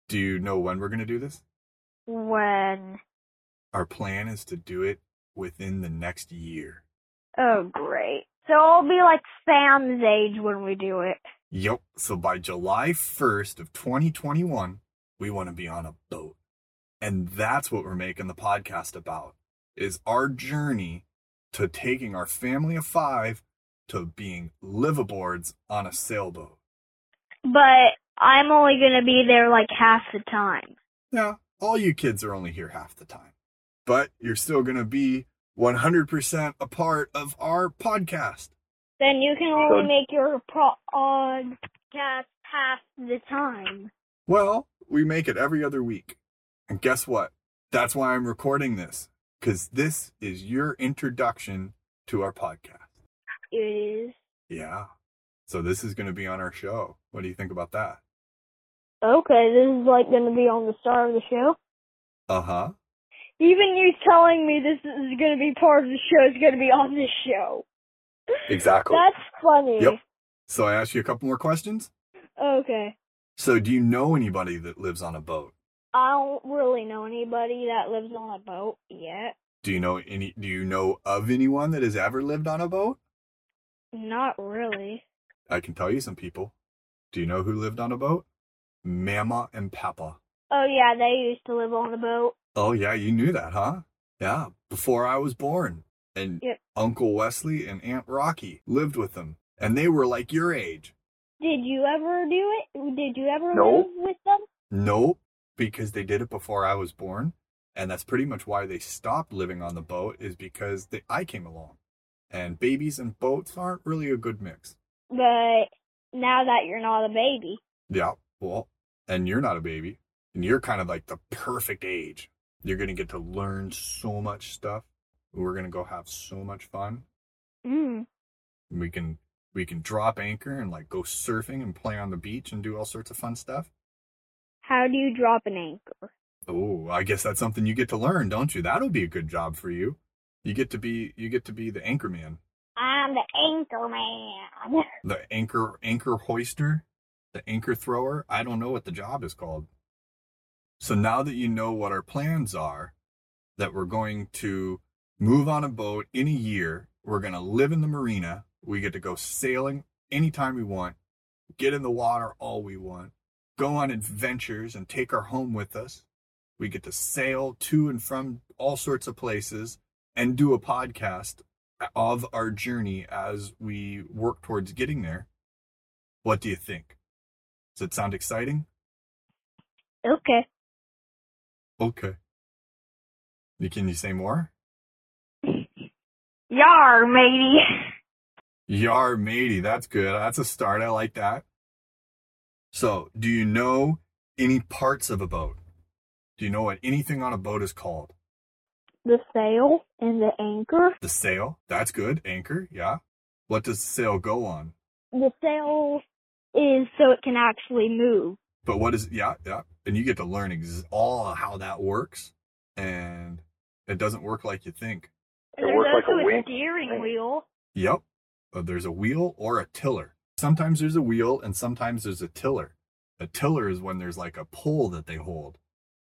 Speaker 5: Do you know when we're going to do this?
Speaker 3: When?
Speaker 5: Our plan is to do it within the next year.
Speaker 3: Oh, great. So I'll be like Sam's age when we do it.
Speaker 5: Yep. So by July 1st of 2021, we want to be on a boat. And that's what we're making the podcast about is our journey to taking our family of 5 to being liveaboards on a sailboat.
Speaker 3: But I'm only gonna be there like half the time.
Speaker 5: Yeah, all you kids are only here half the time. But you're still going to be 100% a part of our podcast.
Speaker 3: Then you can only
Speaker 7: Good.
Speaker 3: make your pro- podcast half the time.
Speaker 5: Well, we make it every other week. And guess what? That's why I'm recording this, because this is your introduction to our podcast.
Speaker 3: It is.
Speaker 5: Yeah. So this is going to be on our show. What do you think about that?
Speaker 3: Okay, this is like gonna be on the star of the show.
Speaker 5: Uh huh.
Speaker 3: Even you telling me this is gonna be part of the show is gonna be on this show.
Speaker 7: Exactly.
Speaker 3: That's funny.
Speaker 5: Yep. So I asked you a couple more questions.
Speaker 3: Okay.
Speaker 5: So do you know anybody that lives on a boat?
Speaker 3: I don't really know anybody that lives on a boat yet.
Speaker 5: Do you know any? Do you know of anyone that has ever lived on a boat?
Speaker 3: Not really.
Speaker 5: I can tell you some people. Do you know who lived on a boat? Mama and Papa.
Speaker 3: Oh yeah, they used to live on a boat.
Speaker 5: Oh yeah, you knew that, huh? Yeah, before I was born. And
Speaker 3: Yep.
Speaker 5: Uncle Wesley and Aunt Rocky lived with them, and they were like your age.
Speaker 3: Did you ever do it? Did you ever
Speaker 7: No.
Speaker 3: live with them?
Speaker 5: Nope, because they did it before I was born, and that's pretty much why they stopped living on the boat is because they, I came along. And babies and boats aren't really a good mix.
Speaker 3: But now that you're not a baby.
Speaker 5: Yeah, well, and you're not a baby, and you're kind of like the perfect age. You're going to get to learn so much stuff. We're going to go have so much fun.
Speaker 3: Mm.
Speaker 5: we can we can drop anchor and like go surfing and play on the beach and do all sorts of fun stuff
Speaker 3: How do you drop an anchor?
Speaker 5: oh i guess that's something you get to learn don't you that'll be a good job for you you get to be you get to be the anchor man
Speaker 3: I'm the anchor man. *laughs*
Speaker 5: the anchor anchor hoister the anchor thrower i don't know what the job is called so now that you know what our plans are that we're going to move on a boat in a year we're going to live in the marina we get to go sailing anytime we want get in the water all we want go on adventures and take our home with us we get to sail to and from all sorts of places and do a podcast of our journey as we work towards getting there. What do you think? Does it sound exciting?
Speaker 3: Okay.
Speaker 5: Okay. You- Can you say more?
Speaker 3: Yar, matey. *laughs*
Speaker 5: Yar, matey. That's good. That's a start. I like that. So, do you know any parts of a boat? Do you know what anything on a boat is called?
Speaker 3: The sail and the anchor.
Speaker 5: The sail. That's good. Anchor. Yeah. What does the sail go on?
Speaker 3: The sail is so it can actually move.
Speaker 5: But what is yeah, yeah. And you get to learn ex- all how that works and it doesn't work like you think.
Speaker 7: It works like a wing.
Speaker 3: steering wheel.
Speaker 5: Yep. Uh, there's a wheel or a tiller. Sometimes there's a wheel and sometimes there's a tiller. A tiller is when there's like a pole that they hold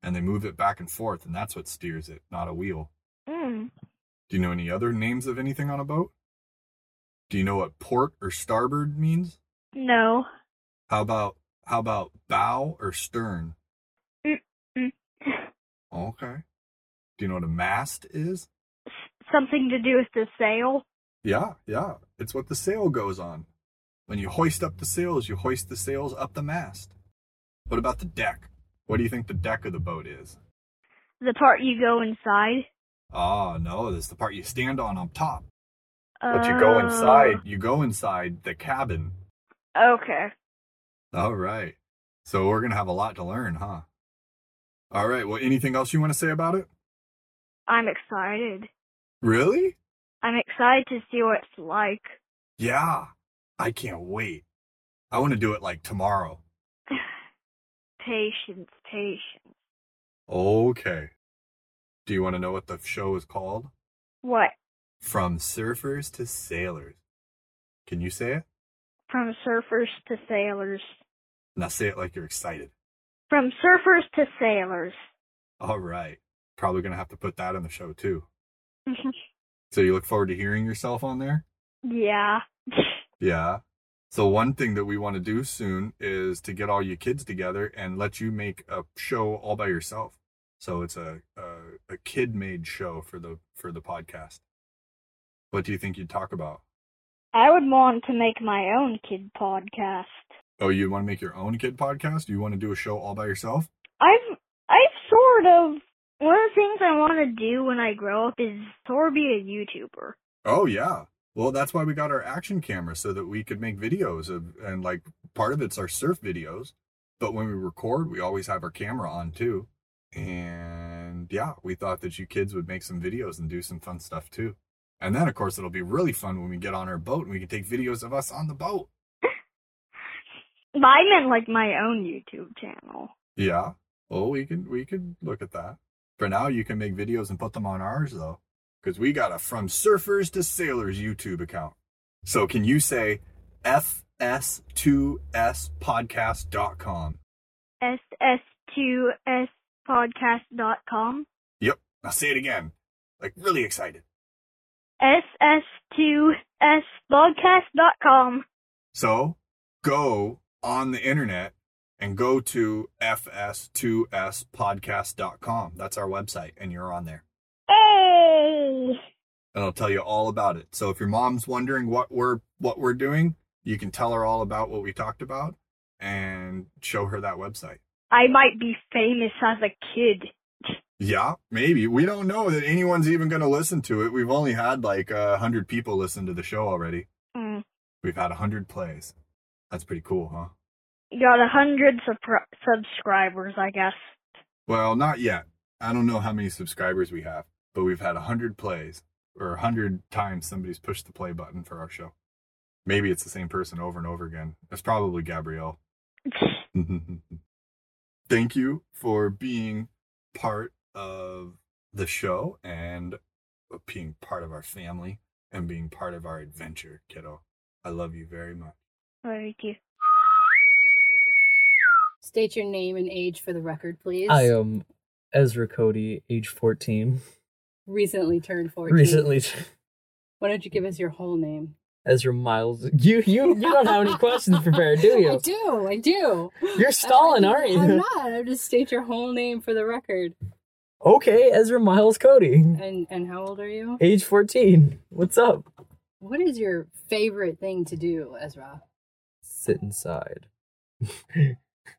Speaker 5: and they move it back and forth and that's what steers it, not a wheel.
Speaker 3: Mm.
Speaker 5: Do you know any other names of anything on a boat? Do you know what port or starboard means?
Speaker 3: No.
Speaker 5: How about how about bow or stern?
Speaker 3: mm.
Speaker 5: Okay. Do you know what a mast is?
Speaker 3: Something to do with the sail.
Speaker 5: Yeah, yeah. It's what the sail goes on. When you hoist up the sails, you hoist the sails up the mast. What about the deck? What do you think the deck of the boat is?
Speaker 3: The part you go inside.
Speaker 5: Ah, no, that's the part you stand on on top.
Speaker 7: But you go
Speaker 3: Oh.
Speaker 7: inside.
Speaker 5: You go inside the cabin.
Speaker 3: Okay.
Speaker 5: All right. So we're going to have a lot to learn, huh? All right. Well, anything else you want to say about it?
Speaker 3: I'm excited.
Speaker 5: Really?
Speaker 3: I'm excited to see what it's like.
Speaker 5: Yeah. I can't wait. I want to do it like tomorrow.
Speaker 3: Patience, patience.
Speaker 5: Okay. Do you want to know what the show is called?
Speaker 3: What?
Speaker 5: From Surfers to Sailors. Can you say it?
Speaker 3: From surfers to sailors.
Speaker 5: Now say it like you're excited.
Speaker 3: From surfers to
Speaker 7: *laughs*
Speaker 3: sailors.
Speaker 5: All right. Probably going to have to put that on the show too. So you look forward to hearing yourself on there?
Speaker 3: yeah. *laughs*
Speaker 5: Yeah. So one thing that we want to do soon is to get all you kids together and let you make a show all by yourself. So it's a a, a kid made show for the for the podcast. What do you think you'd talk about?
Speaker 3: I would want to make my own kid podcast.
Speaker 5: Oh, you want to make your own kid podcast? You want to do a show all by yourself?
Speaker 3: I've I've sort of one of the things I want to do when I grow up is sort of be a YouTuber.
Speaker 5: Oh yeah. Well, that's why we got our action camera so that we could make videos of and like part of it's our surf videos, but when we record, we always have our camera on too. And yeah, we thought that you kids would make some videos and do some fun stuff too. And then of course it'll be really fun when we get on our boat and we can take videos of us on the boat.
Speaker 3: But I meant like my own YouTube channel.
Speaker 5: Yeah. Well, we could we could look at that. For now, you can make videos and put them on ours though, because we got a from surfers to sailors YouTube account. So can you say fs2spodcast.com?
Speaker 3: ss2spodcast.com.
Speaker 5: Yep. Now say it again. Like really excited.
Speaker 3: ss2spodcast.com.
Speaker 5: So go on the internet and go to fs2spodcast.com. That's our website, and you're on there.
Speaker 3: Hey!
Speaker 5: and I'll tell you all about it. So if your mom's wondering what we're what we're doing, you can tell her all about what we talked about and show her that website.
Speaker 3: I might be famous as a kid.
Speaker 5: Yeah, maybe. We don't know that anyone's even going to listen to it. We've only had like a 100 people listen to the show already.
Speaker 3: Mm.
Speaker 5: We've had a 100 plays. That's pretty cool, huh?
Speaker 3: Got a hundred supr- subscribers, I guess. *laughs*
Speaker 5: Well, not yet. I don't know how many subscribers we have, but we've had 100 plays or 100 times somebody's pushed the play button for our show. Maybe it's the same person over and over again. It's probably Gabrielle. *laughs* Thank you for being part of the show and being part of our family and being part of our adventure, kiddo. I love you very much.
Speaker 3: Thank you.
Speaker 1: State your name and age for the record, please.
Speaker 8: I uh, am Ezra Cody, age 14.
Speaker 1: Recently turned 14.
Speaker 8: Recently,
Speaker 1: Why don't you give us your whole name?
Speaker 8: Ezra Miles. You you you don't have
Speaker 1: *laughs*
Speaker 8: any questions prepared, do
Speaker 1: I
Speaker 8: you?
Speaker 1: do. I do.
Speaker 8: You're stalling, aren't
Speaker 1: I'm
Speaker 8: you?
Speaker 1: not. I just state your whole name for the record.
Speaker 8: *laughs* Okay, Ezra Miles Cody,
Speaker 1: And and how old are you?
Speaker 8: age 14. What's up?
Speaker 1: What is your favorite thing to do, Ezra?
Speaker 8: Sit inside. *laughs*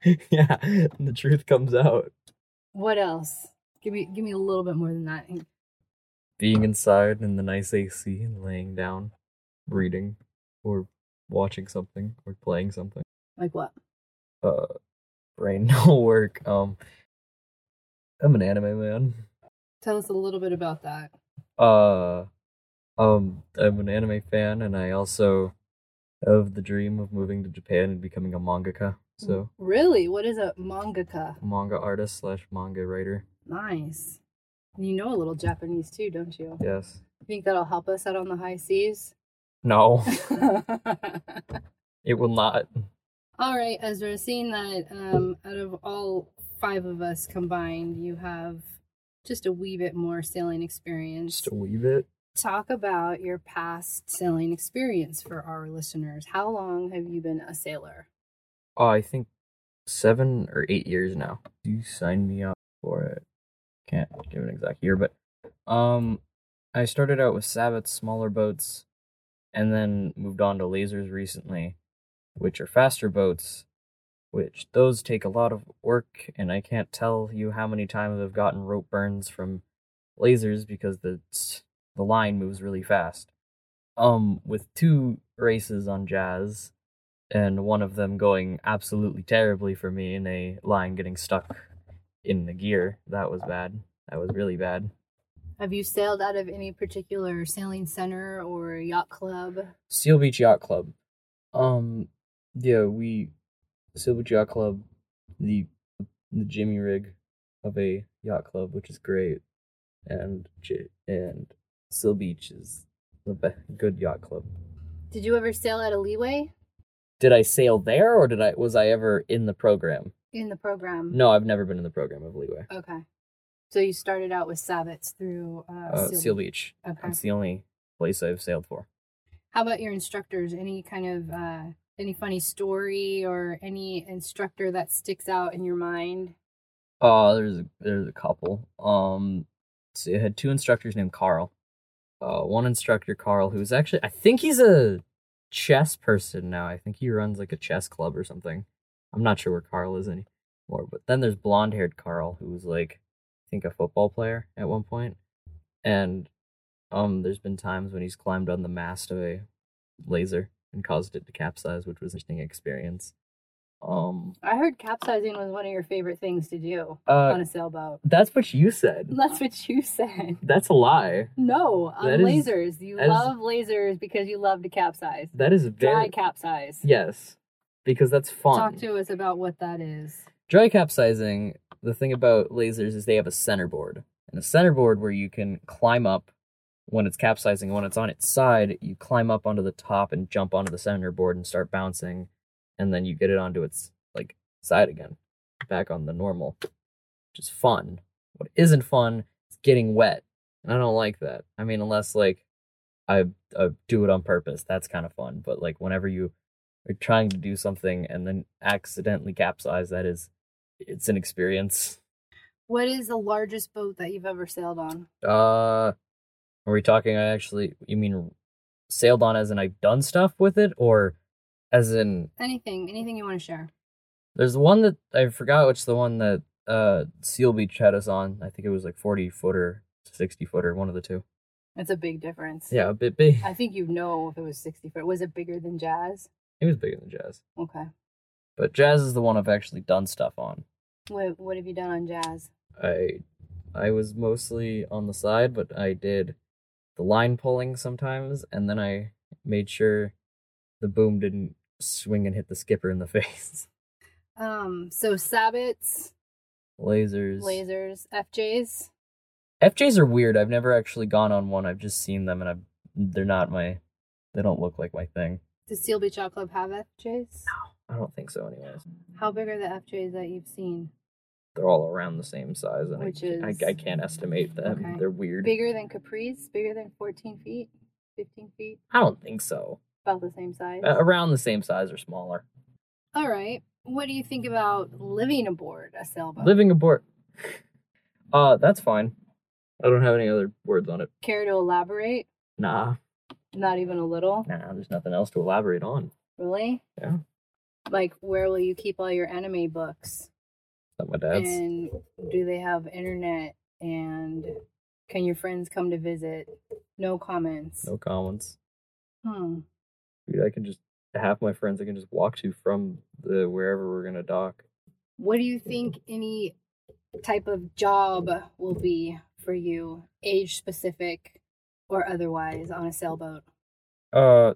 Speaker 8: yeah, the truth comes out.
Speaker 1: What else? Give me give me a little bit more than that.
Speaker 8: Being inside in the nice AC and laying down, reading, or watching something, or playing something.
Speaker 1: Like what?
Speaker 8: uh brain *laughs* no work um i'm an anime man
Speaker 1: Tell us a little bit about that.
Speaker 8: uh um i'm an anime fan and i also have the dream of moving to japan and becoming a mangaka
Speaker 1: Hmm.
Speaker 8: so
Speaker 1: Really? What is a mangaka?
Speaker 8: manga artist slash manga writer
Speaker 1: Nice. You know a little Japanese too, don't you?
Speaker 8: yes
Speaker 1: Think that'll help us out on the high seas? *laughs*
Speaker 8: no *laughs*
Speaker 1: all
Speaker 8: it will not
Speaker 1: right, Ezra, seeing that um, out of all five of us combined, you have just a wee bit more sailing experience.
Speaker 8: just a wee bit
Speaker 1: Talk about your past sailing experience for our listeners. How long have you been a sailor?
Speaker 8: oh i think seven or eight years now you signed me up for it can't give an exact year, but um, I started out with Sabbath's smaller boats, and then moved on to lasers recently, which are faster boats, which those take a lot of work, and I can't tell you how many times I've gotten rope burns from lasers because the the line moves really fast. Um, with two races on Jazz, and one of them going absolutely terribly for me, and a line getting stuck in the gear. That was bad. That was really bad.
Speaker 1: Have you sailed out of any particular sailing center or yacht club?
Speaker 8: Seal Beach Yacht Club. Um, yeah, we Seal Beach Yacht Club, the the Jimmy rig of a yacht club, which is great. and J- and Seal Beach is the be- good yacht club.
Speaker 1: Did you ever sail out of Leeway
Speaker 8: Did I sail there, or did I was I ever in the program?
Speaker 1: in the program?
Speaker 8: No, I've never been in the program of Leeway.
Speaker 1: Okay. So you started out with Sabbats through uh,
Speaker 8: Uh,
Speaker 1: Seal
Speaker 8: Seal
Speaker 1: Beach.
Speaker 8: Beach.
Speaker 1: Okay.
Speaker 8: It's the only place I've sailed for.
Speaker 1: How about your instructors? Any kind of uh, any funny story or any instructor that sticks out in your mind?
Speaker 8: Uh there's a, there's a couple. Um, so you had two instructors named Carl. Uh, one instructor Carl, who's actually I think he's a chess person now. I think he runs like a chess club or something. I'm not sure where Carl is anymore. But then there's blonde-haired Carl, who was like I think a football player at one point. And um, there's been times when he's climbed on the mast of a laser and caused it to capsize, which was an interesting experience. Um,
Speaker 1: I heard capsizing was one of your favorite things to do
Speaker 8: uh,
Speaker 1: on a sailboat. *laughs*
Speaker 8: that's what you said.
Speaker 1: That's what you said.
Speaker 8: That's a lie.
Speaker 1: No, on
Speaker 8: That is-
Speaker 1: lasers. You
Speaker 8: that is-
Speaker 1: love lasers because you love to capsize.
Speaker 8: That is
Speaker 1: Dry
Speaker 8: very
Speaker 1: capsize.
Speaker 8: yes, because that's fun.
Speaker 1: Talk to us about what that is.
Speaker 8: Dry capsizing. The thing about lasers is they have a centerboard, and a centerboard where you can climb up when it's capsizing. When it's on its side, you climb up onto the top and jump onto the centerboard and start bouncing, and then you get it onto its like side again, back on the normal, which is fun. What isn't fun is getting wet, and I don't like that. I mean, unless like I, I do it on purpose, that's kind of fun. But like whenever you are trying to do something and then accidentally capsize, that is, it's an experience.
Speaker 1: What is the largest boat that you've ever sailed on?
Speaker 8: Uh, are we talking? I actually, you mean sailed on as in I've done stuff with it, or as in
Speaker 1: Anything, anything you want to share?
Speaker 8: there's one that I forgot which the one that uh Seal Beach had us on. I think it was like forty footer, sixty footer, one of the two.
Speaker 1: It's a big difference.
Speaker 8: Yeah, a bit big.
Speaker 1: I think you know if it was 60 foot. Was it bigger than Jazz?
Speaker 8: It was bigger than Jazz,
Speaker 1: Okay.
Speaker 8: but Jazz is the one I've actually done stuff on.
Speaker 1: What, what have you done on Jazz?
Speaker 8: I I was mostly on the side, but I did the line pulling sometimes, and then I made sure the boom didn't swing and hit the skipper in the *laughs* face.
Speaker 1: Um, so Sabbats,
Speaker 8: Lasers.
Speaker 1: lasers, FJs.
Speaker 8: FJs are weird. I've never actually gone on one. I've just seen them, and I've they're not my. They don't look like my thing.
Speaker 1: Does Seal Beach Yacht Club have FJs?
Speaker 8: I don't think so, anyways.
Speaker 1: How big are the FJs that you've seen?
Speaker 8: They're all around the same size, and
Speaker 1: Which
Speaker 8: I,
Speaker 1: is-
Speaker 8: I I can't estimate them.
Speaker 1: Okay.
Speaker 8: They're weird.
Speaker 1: Bigger than Capri's? Bigger than 14 feet? 15 feet?
Speaker 8: I don't think so.
Speaker 1: About the same size?
Speaker 8: Uh, around the same size or smaller.
Speaker 1: All right. What do you think about living aboard a sailboat?
Speaker 8: Living aboard. Uh, that's fine. I don't have any other words on it.
Speaker 1: Care to elaborate?
Speaker 8: Nah,
Speaker 1: Not even a little?
Speaker 8: nah. There's nothing else to elaborate on.
Speaker 1: Really?
Speaker 8: Yeah.
Speaker 1: Like, where will you keep all your anime books?
Speaker 8: Not my dad's.
Speaker 1: And do they have internet? And can your friends come to visit? No comments.
Speaker 8: No comments.
Speaker 1: Hmm.
Speaker 8: Dude, I can just half my friends I can just walk to from the wherever we're gonna dock.
Speaker 1: What do you
Speaker 8: *laughs*
Speaker 1: think any type of job will be for you, age specific or otherwise, on a sailboat?
Speaker 8: Uh,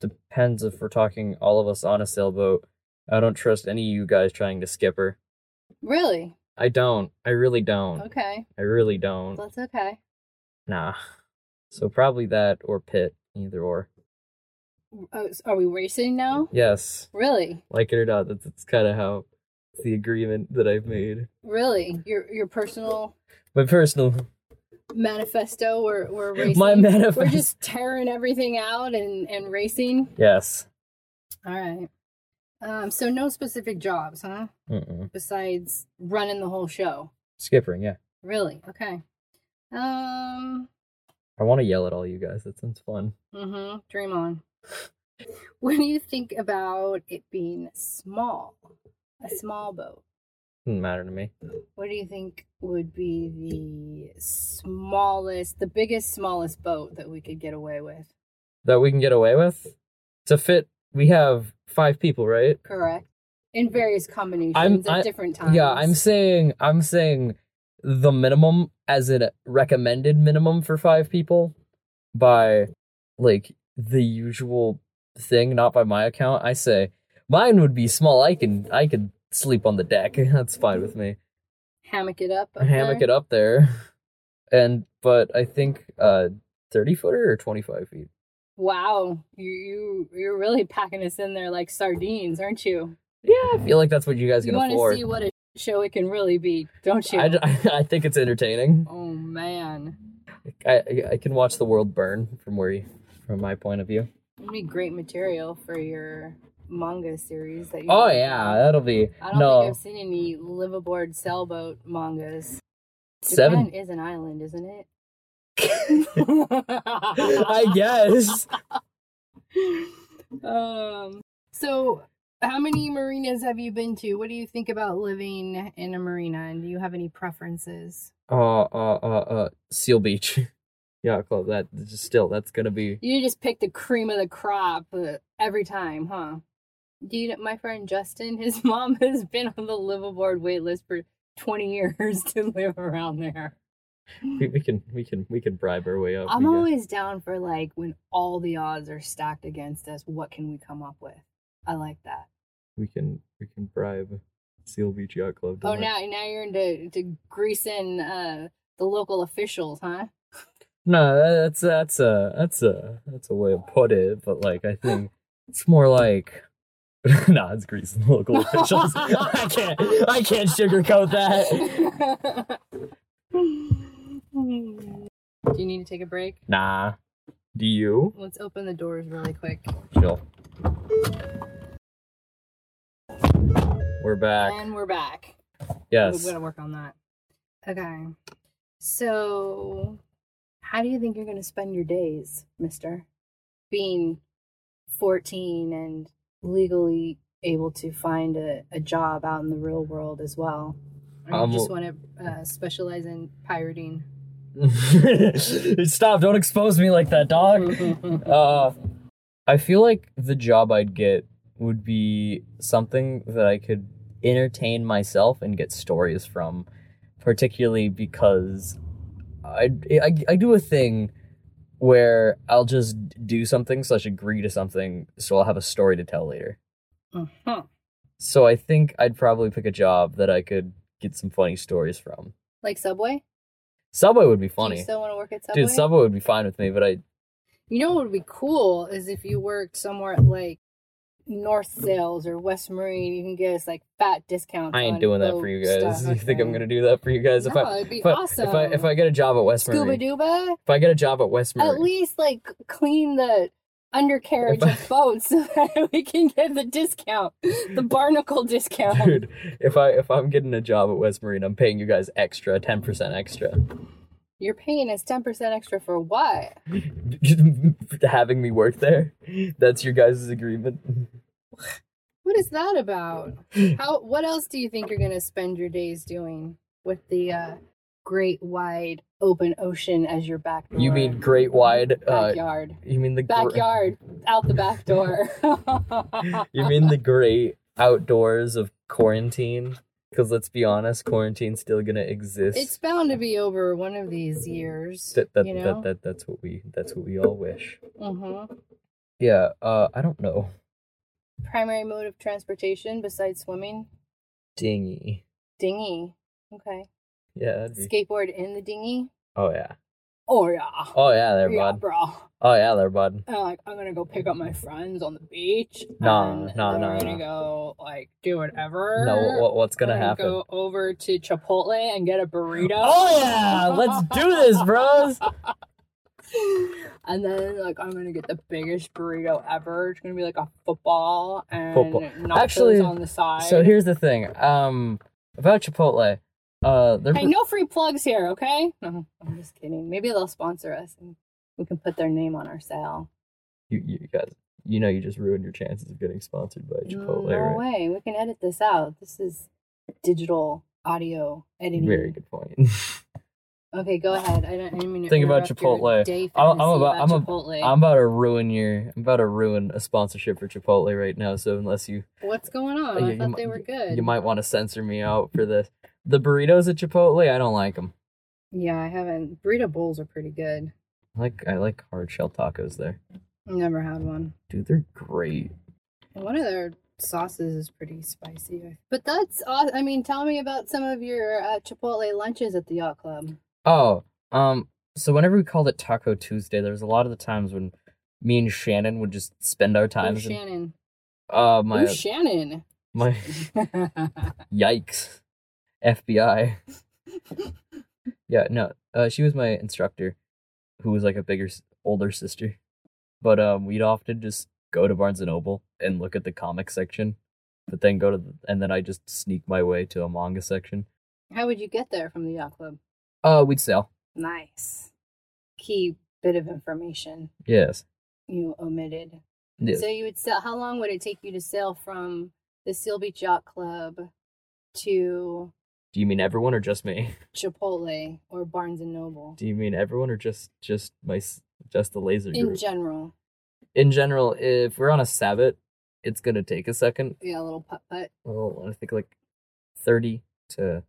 Speaker 8: depends if we're talking all of us on a sailboat. I don't trust any of you guys trying to skip her.
Speaker 1: Really?
Speaker 8: I don't. I really don't.
Speaker 1: Okay.
Speaker 8: I really don't.
Speaker 1: That's okay.
Speaker 8: Nah. So probably that or pit, either or.
Speaker 1: Oh, s- Are we racing now?
Speaker 8: Yes.
Speaker 1: Really?
Speaker 8: like it or not that's, that's kind of how it's the agreement that i've made *laughs*
Speaker 1: Really? Your your personal
Speaker 8: my personal
Speaker 1: manifesto we're we're racing.
Speaker 8: my manifest
Speaker 1: we're just tearing everything out and and racing.
Speaker 8: yes
Speaker 1: All right. Um, so no specific jobs, huh?
Speaker 8: Mm-mm.
Speaker 1: Besides running the whole show.
Speaker 8: skippering yeah
Speaker 1: Really? Okay. Um.
Speaker 8: i want to yell at all you guys that sounds fun
Speaker 1: Mm-hmm. Dream on. *laughs* What do you think about it being small? A small boat.
Speaker 8: doesn't matter to me
Speaker 1: What do you think would be the smallest, the biggest, smallest boat that we could get away with?
Speaker 8: that we can get away with to fit we have five people right
Speaker 1: Correct. In various combinations
Speaker 8: I'm-
Speaker 1: at
Speaker 8: I-
Speaker 1: different times.
Speaker 8: yeah i'm saying i'm saying the minimum as in recommended minimum for five people by like the usual thing not by my account i say mine would be small i can i can *laughs* sleep on the deck that's fine with me
Speaker 1: hammock it up.
Speaker 8: hammock it up there *laughs* and but I think uh, thirty footer or twenty five feet.
Speaker 1: Wow, you, you you're really packing us in there like sardines, aren't you?
Speaker 8: Yeah, I feel like that's what you guys
Speaker 1: You
Speaker 8: can
Speaker 1: want to
Speaker 8: afford.
Speaker 1: see what a show it can really be, don't you?
Speaker 8: I, d- *laughs* I think it's entertaining.
Speaker 1: oh man,
Speaker 8: I, I I can watch the world burn from where you, from my point of view.
Speaker 1: it'd be great material for your manga series that you.
Speaker 8: Oh yeah, that'll be
Speaker 1: I don't
Speaker 8: no
Speaker 1: think I've seen any live aboard sailboat mangas.
Speaker 8: *laughs* seven.
Speaker 1: Japan is an island, isn't it?
Speaker 8: *laughs*
Speaker 1: *laughs*
Speaker 8: I *laughs* guess
Speaker 1: Um. So, how many marinas have you been to? What do you think about living in a marina, and do you have any preferences?
Speaker 8: uh, uh, uh, uh, Seal Beach. *laughs* yeah, club. That just still that's gonna be.
Speaker 1: You just pick the cream of the crop uh, every time, huh? Do you know, my friend Justin, his *laughs* mom has been on the liveaboard wait list for twenty years *laughs* to live around there.
Speaker 8: We, we can we can we can bribe our way up.
Speaker 1: I'm
Speaker 8: We got-
Speaker 1: always down for like when all the odds are stacked against us. What can we come up with? I like that.
Speaker 8: we can we can bribe Seal Beach Yacht Club. to
Speaker 1: Oh,
Speaker 8: let-
Speaker 1: now now you're into to greasing uh, the local officials, huh?
Speaker 8: No, that's that's a that's a that's a way to put it, but like I think it's more like *laughs* nah, it's Greece
Speaker 1: *laughs*
Speaker 8: and local officials. *laughs* I can't I can't sugarcoat that.
Speaker 1: *laughs* Do you need to take a break?
Speaker 8: Nah. Do you?
Speaker 1: Let's open the doors really quick.
Speaker 8: Chill. We're back.
Speaker 1: And we're back.
Speaker 8: Yes.
Speaker 1: We're gonna work on that. Okay. So, how do you think you're gonna spend your days, Mister? Being 14 and legally able to find a, a job out in the real world as well. Or you
Speaker 8: Um,
Speaker 1: just want to uh, specialize in
Speaker 8: *laughs*
Speaker 1: pirating.
Speaker 8: Stop, don't expose me like that,
Speaker 1: Mm.
Speaker 8: dog.
Speaker 1: Mm-hmm.
Speaker 8: Uh, I feel like the job I'd get would be something that I could entertain myself and get stories from, particularly because I, I, I do a thing where I'll just do something slash agree to something so I'll have a story to tell later.
Speaker 1: Uh-huh.
Speaker 8: So I think I'd probably pick a job that I could get some funny stories from.
Speaker 1: Like Subway?
Speaker 8: Subway would be
Speaker 1: Do you
Speaker 8: funny.
Speaker 1: still want to work at Subway?
Speaker 8: Dude, Subway would be fine with me, but I
Speaker 1: You know what would be cool is if you worked somewhere at like North Sales or West Marine, you can get us like fat discounts.
Speaker 8: I ain't
Speaker 1: on
Speaker 8: doing that
Speaker 1: boat
Speaker 8: for you guys. *laughs*
Speaker 1: stuff.
Speaker 8: You think I'm
Speaker 1: Okay.
Speaker 8: gonna do that for you guys? if
Speaker 1: No,
Speaker 8: I
Speaker 1: it'd be
Speaker 8: if I,
Speaker 1: awesome.
Speaker 8: if I if I get a job at West
Speaker 1: Scuba
Speaker 8: Marine,
Speaker 1: Duba?
Speaker 8: if I get a job at West
Speaker 1: At
Speaker 8: Marine,
Speaker 1: least like clean the undercarriage
Speaker 8: *laughs* If I-
Speaker 1: of boats *laughs* so that we can get the discount, the barnacle discount.
Speaker 8: dude, if I if I'm getting a job at West Marine, I'm paying you guys extra, ten percent extra, *laughs*
Speaker 1: You're paying us ten percent extra for what?
Speaker 8: having me work there. That's your guys' agreement.
Speaker 1: What is that about? How? What else do you think you're gonna spend your days doing with the uh, great wide open ocean as your back door?
Speaker 8: You mean great wide? Uh,
Speaker 1: backyard?
Speaker 8: you mean the gr-
Speaker 1: backyard
Speaker 8: *laughs*
Speaker 1: out the back door.
Speaker 8: you mean the great outdoors of quarantine? Because let's be honest, quarantine's still gonna
Speaker 1: *laughs*
Speaker 8: exist.
Speaker 1: it's bound to be over one of these years.
Speaker 8: that, that,
Speaker 1: you
Speaker 8: that,
Speaker 1: know.
Speaker 8: that that's what we that's what we all wish.
Speaker 1: Mhm.
Speaker 8: Yeah, uh, I don't know.
Speaker 1: Primary mode of transportation besides swimming,
Speaker 8: Dinghy.
Speaker 1: dinghy. Okay.
Speaker 8: Yeah. That'd be...
Speaker 1: Skateboard in the dinghy.
Speaker 8: Oh yeah.
Speaker 1: Oh yeah.
Speaker 8: Oh yeah, there,
Speaker 1: yeah,
Speaker 8: bud.
Speaker 1: bro.
Speaker 8: Oh yeah, there, bud.
Speaker 1: And, like I'm gonna go pick up my friends on the beach.
Speaker 8: No,
Speaker 1: and
Speaker 8: no,
Speaker 1: then
Speaker 8: no,
Speaker 1: We're gonna
Speaker 8: no.
Speaker 1: go like do whatever.
Speaker 8: No, what, what's
Speaker 1: We're
Speaker 8: gonna happen?
Speaker 1: Go over to Chipotle and get a burrito.
Speaker 8: Oh yeah, let's do this,
Speaker 1: *laughs*
Speaker 8: bros.
Speaker 1: And then, like, I'm gonna get the biggest burrito ever. It's gonna be like a football and
Speaker 8: Football.
Speaker 1: nachos
Speaker 8: Actually,
Speaker 1: on the side.
Speaker 8: So here's the thing. Um, about Chipotle. Uh, they're
Speaker 1: hey, no free plugs here, okay? *laughs* No, I'm just kidding. Maybe they'll sponsor us and we can put their name on our sale.
Speaker 8: you, you guys. You know, you just ruined your chances of getting sponsored by Chipotle,
Speaker 1: no
Speaker 8: right?
Speaker 1: way. We can edit this out. This is digital audio editing.
Speaker 8: Very good point. *laughs*
Speaker 1: Okay, go ahead. I don't. I didn't mean to
Speaker 8: Think about
Speaker 1: interrupt your
Speaker 8: Chipotle.
Speaker 1: Day
Speaker 8: I'm- I'm
Speaker 1: fantasy
Speaker 8: about- I'm a-
Speaker 1: Chipotle.
Speaker 8: I'm about to ruin your. I'm about to ruin a sponsorship for Chipotle right now. So unless you
Speaker 1: What's going on? I
Speaker 8: Uh, you- you
Speaker 1: thought
Speaker 8: mi-
Speaker 1: they were good.
Speaker 8: you might want to censor me out for this. The burritos at Chipotle, I don't like them.
Speaker 1: Yeah, I haven't. Burrito bowls are pretty good.
Speaker 8: I like I like hard shell tacos there.
Speaker 1: Never had one.
Speaker 8: Dude, they're great.
Speaker 1: And One of their sauces is pretty spicy. But that's aw- I mean, tell me about some of your uh, Chipotle lunches at the yacht club.
Speaker 8: Oh, Um, so whenever we called it Taco Tuesday, there was a lot of the times when me and Shannon would just spend our time.
Speaker 1: Who's Shannon.
Speaker 8: uh, my
Speaker 1: Who's Shannon? *laughs*
Speaker 8: my yikes, FBI.
Speaker 1: *laughs*
Speaker 8: yeah, no, uh, she was my instructor, who was like a bigger, s- older sister. But um, we'd often just go to Barnes and Noble and look at the comic section, but then go to the, and then I just sneak my way to a manga section.
Speaker 1: How would you get there from the yacht club?
Speaker 8: Uh, we'd sell.
Speaker 1: Nice. Key bit of information
Speaker 8: Yes.
Speaker 1: you omitted.
Speaker 8: Yes.
Speaker 1: So you would sell. How long would it take you to sail from the Seal Beach Yacht Club to
Speaker 8: Do you mean everyone or just me? *laughs*
Speaker 1: Chipotle or Barnes and Noble
Speaker 8: Do you mean everyone or just just my s- just the laser
Speaker 1: in
Speaker 8: group?
Speaker 1: general?
Speaker 8: In general, if we're on a Sabbath, it's gonna take a second.
Speaker 1: Yeah, a little putt putt.
Speaker 8: Well, I think like thirty to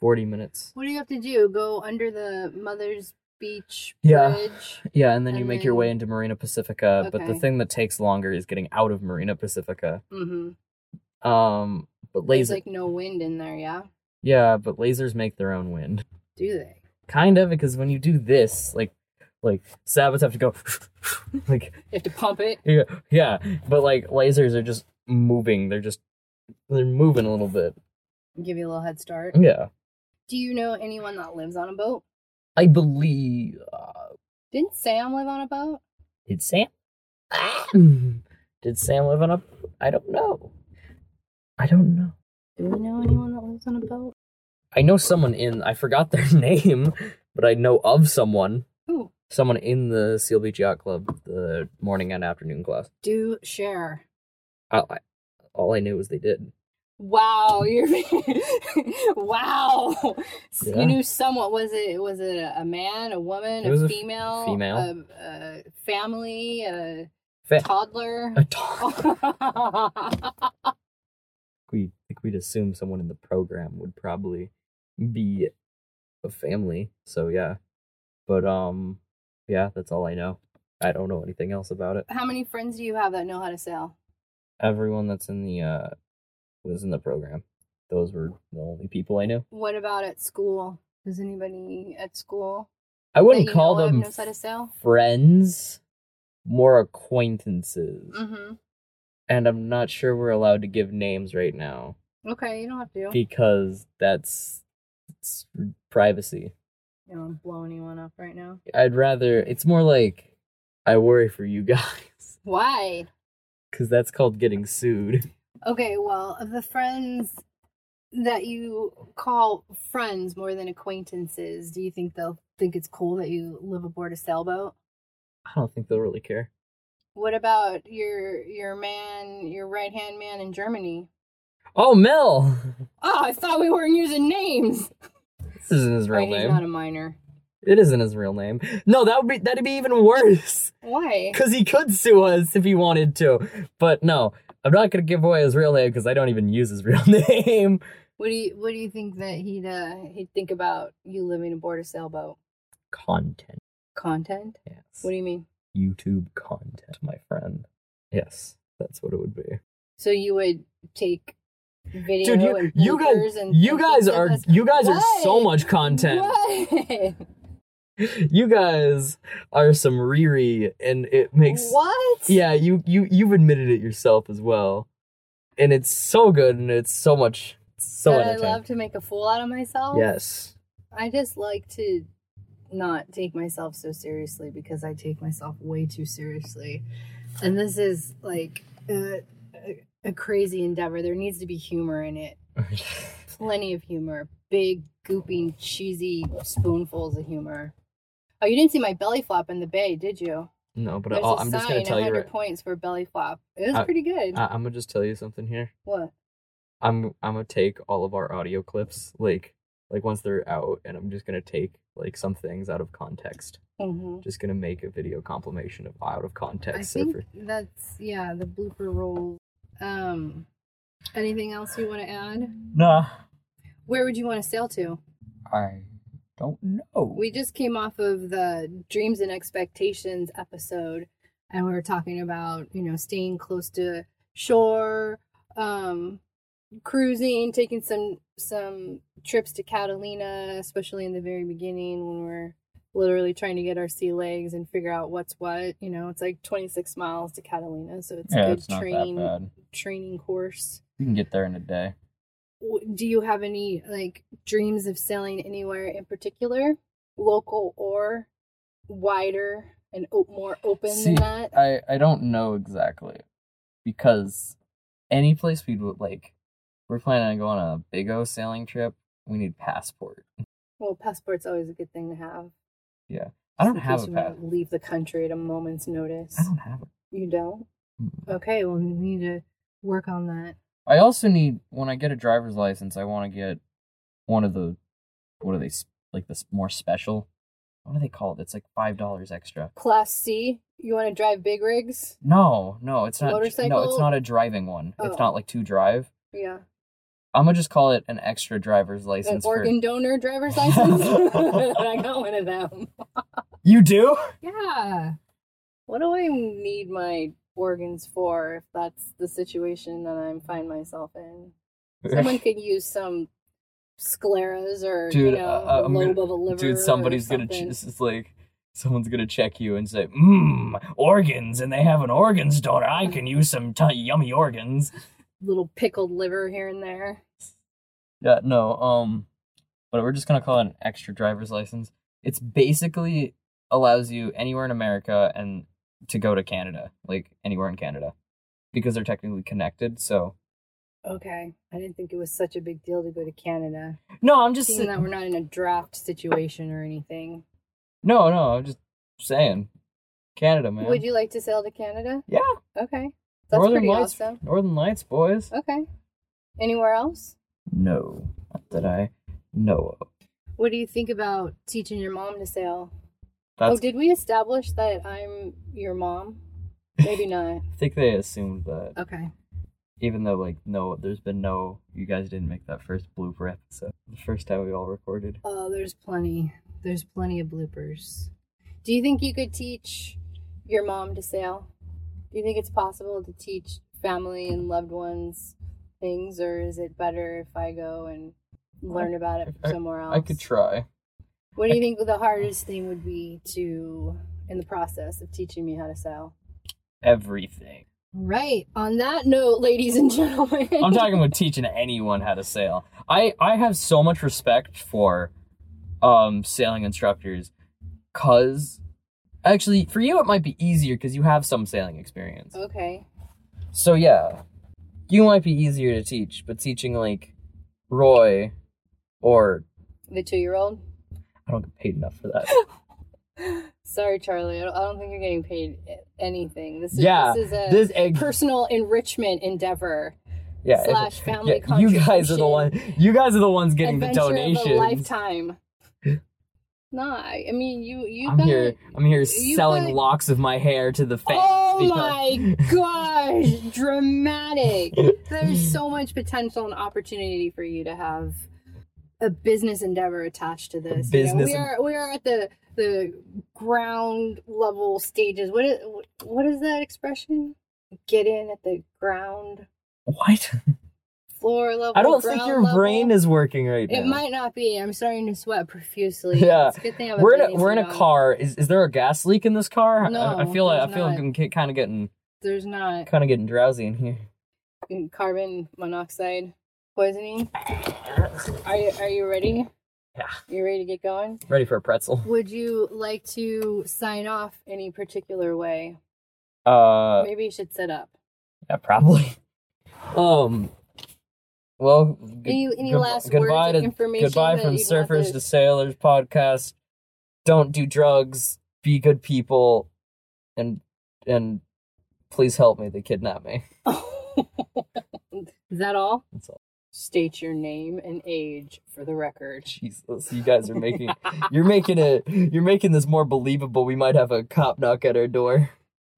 Speaker 8: forty minutes.
Speaker 1: What do you have to do? Go under the Mother's Beach
Speaker 8: Yeah.
Speaker 1: Bridge?
Speaker 8: Yeah, and then you
Speaker 1: And
Speaker 8: make your way
Speaker 1: then-
Speaker 8: into Marina Pacifica. But the
Speaker 1: Okay.
Speaker 8: thing that takes longer is getting out of Marina Pacifica.
Speaker 1: Mm-hmm.
Speaker 8: Um, but
Speaker 1: There's
Speaker 8: laser,
Speaker 1: like no wind in there, yeah?
Speaker 8: yeah, but lasers make their own wind.
Speaker 1: Do they?
Speaker 8: Kind of because when you do this, like, like Sabbaths have to go, *laughs* like
Speaker 1: You have to pump it.
Speaker 8: Yeah, yeah, but like lasers are just moving. They're just they're moving a little bit.
Speaker 1: Give you a little head start.
Speaker 8: Yeah,
Speaker 1: Do you know anyone that lives on a boat?
Speaker 8: I believe uh,
Speaker 1: Didn't Sam live on a boat?
Speaker 8: did Sam. did Sam live on a? I don't know. I don't know.
Speaker 1: Do we know anyone that lives on a boat?
Speaker 8: I know someone in. I forgot their *laughs* name, but I know of someone.
Speaker 1: Who?
Speaker 8: Someone in the Seal Beach Yacht Club, the morning and afternoon class.
Speaker 1: Do share.
Speaker 8: I, I, all I knew was they did.
Speaker 1: Wow, you're *laughs* wow. So
Speaker 8: Yeah.
Speaker 1: You knew someone. Was it was it a man, a woman,
Speaker 8: It was a
Speaker 1: a
Speaker 8: f-
Speaker 1: female,
Speaker 8: female.
Speaker 1: a, a family, a
Speaker 8: Fa-
Speaker 1: toddler?
Speaker 8: a dog.
Speaker 1: *laughs*
Speaker 8: *laughs* we think we'd assume someone in the program would probably be a family. So yeah. But um yeah, that's all I know. I don't know anything else about it.
Speaker 1: How many friends do you have that know how to sail?
Speaker 8: Everyone that's in the uh was in the program. Those were the only people I knew.
Speaker 1: What about at school? Does anybody at school
Speaker 8: I wouldn't
Speaker 1: you
Speaker 8: call
Speaker 1: know of
Speaker 8: them
Speaker 1: knows how to sail?
Speaker 8: friends, more acquaintances.
Speaker 1: Mm-hmm.
Speaker 8: And I'm not sure we're allowed to give names right now
Speaker 1: Okay, you don't have to.
Speaker 8: because that's it's privacy.
Speaker 1: You don't wanna blow anyone up right now.
Speaker 8: I'd rather. It's more like I worry for you *laughs* guys
Speaker 1: Why?
Speaker 8: because that's called getting sued. *laughs*
Speaker 1: Okay, well, of the friends that you call friends more than acquaintances, do you think they'll think it's cool that you live aboard a sailboat?
Speaker 8: I don't think they'll really care.
Speaker 1: What about your your man, your right hand man in Germany?
Speaker 8: Oh, Mel. *laughs*
Speaker 1: Oh, I thought we weren't using names.
Speaker 8: This isn't his real
Speaker 1: Right, he's not
Speaker 8: name.
Speaker 1: a minor.
Speaker 8: It isn't his real name. No, that would be that'd be even worse *laughs*
Speaker 1: Why?
Speaker 8: because he could sue us if he wanted to. But no, I'm not gonna give away his real name because I don't even use his *laughs* real name.
Speaker 1: What do you what do you think that he'd uh, he'd think about you living aboard a sailboat?
Speaker 8: Content.
Speaker 1: Content?
Speaker 8: Yes.
Speaker 1: What do you mean?
Speaker 8: YouTube content, my friend. Yes, that's what it would be.
Speaker 1: So you would take video
Speaker 8: Dude, you,
Speaker 1: and
Speaker 8: you guys,
Speaker 1: bloopers and
Speaker 8: you
Speaker 1: and
Speaker 8: guys
Speaker 1: things like
Speaker 8: are
Speaker 1: this?
Speaker 8: you guys are so
Speaker 1: What?
Speaker 8: much content.
Speaker 1: What?
Speaker 8: *laughs*
Speaker 1: *laughs*
Speaker 8: you guys are some Riri, and it makes
Speaker 1: What?
Speaker 8: yeah. You you you've admitted it yourself as well, and it's so good, and it's so much so
Speaker 1: that I
Speaker 8: entertaining.
Speaker 1: love to make a fool out of myself.
Speaker 8: yes, *laughs*
Speaker 1: I just like to not take myself so seriously because I take myself way too seriously. And this is like a, a, a crazy endeavor. There needs to be humor in it. Plenty of humor. Big, gooping, cheesy spoonfuls of humor. Oh, you didn't see my belly flop in the bay, did you?
Speaker 8: no, but
Speaker 1: There's
Speaker 8: I'll,
Speaker 1: a
Speaker 8: I'm
Speaker 1: sign,
Speaker 8: just gonna tell you.
Speaker 1: 100
Speaker 8: Right,
Speaker 1: points for belly flop. It was
Speaker 8: Uh,
Speaker 1: pretty good.
Speaker 8: I, I'm gonna just tell you something here.
Speaker 1: what?
Speaker 8: I'm I'm gonna take all of our audio clips, like like once they're out, and I'm just gonna take like some things out of context.
Speaker 1: hmm
Speaker 8: Just gonna make a video compilation of out of
Speaker 1: I
Speaker 8: context.
Speaker 1: think
Speaker 8: for-
Speaker 1: that's yeah, the blooper roll. Um, anything else you want to add?
Speaker 8: Nah,
Speaker 1: Where would you want to sail to?
Speaker 8: I don't know.
Speaker 1: We just came off of the dreams and expectations episode, and we were talking about you know staying close to shore, um, cruising, taking some some trips to Catalina, especially in the very beginning when we're literally trying to get our sea legs and figure out what's what. You know, it's like 26 miles to Catalina, so it's
Speaker 8: yeah,
Speaker 1: a good
Speaker 8: it's not
Speaker 1: training
Speaker 8: that bad.
Speaker 1: training course.
Speaker 8: You can get there in a day.
Speaker 1: W- Do you have any like dreams of sailing anywhere in particular, local or wider and o- more open
Speaker 8: See,
Speaker 1: than that?
Speaker 8: I I don't know exactly because any place we'd would, like, we're planning on going on a big O sailing trip. We need passport.
Speaker 1: well, passport's always a good thing to have.
Speaker 8: I don't
Speaker 1: in
Speaker 8: have
Speaker 1: case
Speaker 8: a
Speaker 1: you
Speaker 8: passport.
Speaker 1: wanna Leave the country at a moment's notice.
Speaker 8: I don't have a.
Speaker 1: You don't? Okay, well, we need to work on that.
Speaker 8: I also need when I get a driver's license. I want to get one of the what are they s- like this more special? What do they call it? It's like five dollars extra.
Speaker 1: Class C, you want to drive big rigs?
Speaker 8: No, no, it's not. No,
Speaker 1: Motorcycle?
Speaker 8: it's not a driving one.
Speaker 1: Oh.
Speaker 8: It's not like to drive.
Speaker 1: Yeah.
Speaker 8: I'm gonna just call it an extra driver's
Speaker 1: An
Speaker 8: license. for...
Speaker 1: organ donor
Speaker 8: *laughs*
Speaker 1: driver's license? *laughs* I got one of them.
Speaker 8: You do?
Speaker 1: Yeah. What do I need my organs for if that's the situation that I find myself in?
Speaker 8: *laughs*
Speaker 1: Someone could use some scleras or, you
Speaker 8: Dude,
Speaker 1: know,
Speaker 8: uh, uh,
Speaker 1: a
Speaker 8: I'm gonna-
Speaker 1: lobe of a liver.
Speaker 8: Dude,
Speaker 1: or
Speaker 8: somebody's gonna. Ch-
Speaker 1: something.
Speaker 8: it's just like someone's gonna check you and say, "Mmm, organs," and they have an organs donor. I can use some t- yummy organs.
Speaker 1: Little pickled liver here and there.
Speaker 8: Yeah, no, um, but we're just gonna call it an extra driver's license. It's basically allows you anywhere in America and to go to Canada, like anywhere in Canada, because they're technically connected. So
Speaker 1: Okay. I didn't think it was such a big deal to go to Canada.
Speaker 8: no, I'm just
Speaker 1: Seeing that
Speaker 8: *laughs*
Speaker 1: we're not in a draft situation or anything.
Speaker 8: no, no, I'm just saying, Canada, man.
Speaker 1: Would you like to sail to Canada?
Speaker 8: Yeah,
Speaker 1: Okay. That's
Speaker 8: Northern
Speaker 1: pretty
Speaker 8: Lights,
Speaker 1: awesome.
Speaker 8: Northern Lights, boys.
Speaker 1: Okay. Anywhere else?
Speaker 8: No, not that I know of.
Speaker 1: What do you think about teaching your mom to sail?
Speaker 8: That's,
Speaker 1: Oh, did we establish that I'm your mom?
Speaker 8: *laughs*
Speaker 1: Maybe not.
Speaker 8: I think they assumed that,
Speaker 1: Okay.
Speaker 8: even though like no, there's been no. You guys didn't make that first blooper episode, the first time we all recorded.
Speaker 1: Oh, there's plenty. There's plenty of bloopers. Do you think you could teach your mom to sail? Do you think it's possible to teach family and loved ones things, or is it better if I go and learn about it
Speaker 8: I-
Speaker 1: somewhere else?
Speaker 8: I could try.
Speaker 1: What do you think the hardest thing would be to in the process of teaching me how to sail? *laughs*
Speaker 8: Everything.
Speaker 1: Right. On that note, ladies and gentlemen,
Speaker 8: I'm talking about teaching anyone how to sail. I, I have so much respect for um sailing instructors cause actually for you it might be easier because you have some sailing experience.
Speaker 1: *laughs* Okay.
Speaker 8: So yeah. You might be easier to teach, but teaching like Roy or
Speaker 1: The two year old.
Speaker 8: I don't get paid enough
Speaker 1: *laughs*
Speaker 8: for that.
Speaker 1: Sorry, Charlie. I don't, I don't think you're getting paid anything. This is,
Speaker 8: Yeah,
Speaker 1: this is a
Speaker 8: this egg
Speaker 1: personal enrichment endeavor.
Speaker 8: yeah, if-
Speaker 1: slash family
Speaker 8: You guys are the one you guys are the ones getting the
Speaker 1: Adventure
Speaker 8: donations.
Speaker 1: Of a
Speaker 8: *laughs*
Speaker 1: lifetime. no, I, I mean you. You.
Speaker 8: I'm
Speaker 1: got,
Speaker 8: here. I'm here
Speaker 1: you
Speaker 8: selling
Speaker 1: got-
Speaker 8: locks of my hair to the fans. *laughs*
Speaker 1: Oh
Speaker 8: because-
Speaker 1: my gosh! Dramatic. There's so much potential and opportunity for you to have a business endeavor attached to this. you know?
Speaker 8: business
Speaker 1: we
Speaker 8: en-
Speaker 1: are we are at the the ground level stages. What is what is that expression? Get in at the ground
Speaker 8: What?
Speaker 1: floor level.
Speaker 8: I don't think
Speaker 1: ground
Speaker 8: your
Speaker 1: level.
Speaker 8: brain is working right now.
Speaker 1: It might not be. I'm starting to sweat profusely.
Speaker 8: Yeah.
Speaker 1: It's a good thing I'm
Speaker 8: We're in a,
Speaker 1: bathing
Speaker 8: we're in
Speaker 1: suit
Speaker 8: a
Speaker 1: on.
Speaker 8: car. Is is there a gas leak in this car? I-
Speaker 1: No,
Speaker 8: I, feel like I
Speaker 1: there's
Speaker 8: feel like
Speaker 1: not.
Speaker 8: I'm kind of getting
Speaker 1: There's not
Speaker 8: kind of getting drowsy in here.
Speaker 1: carbon monoxide poisoning. Are you Are you ready?
Speaker 8: Yeah.
Speaker 1: You ready to get going?
Speaker 8: Ready for a pretzel?
Speaker 1: Would you like to sign off any particular way?
Speaker 8: Uh,
Speaker 1: Maybe you should sit up.
Speaker 8: yeah, probably. *laughs* Um. Well, good-
Speaker 1: Any- any
Speaker 8: good-
Speaker 1: last
Speaker 8: goodbye
Speaker 1: words or
Speaker 8: to-
Speaker 1: information
Speaker 8: Goodbye
Speaker 1: that
Speaker 8: from
Speaker 1: you'd want
Speaker 8: surfers
Speaker 1: to-
Speaker 8: to sailors podcast. Don't do drugs. Be good people, and and please help me. They
Speaker 9: *laughs*
Speaker 8: kidnap me.
Speaker 1: *laughs* Is that all?
Speaker 8: That's all.
Speaker 1: State your name and age for the record.
Speaker 8: Jesus, you guys
Speaker 1: *laughs*
Speaker 8: are making you're making it you're making this more believable. We might have a cop knock at our door.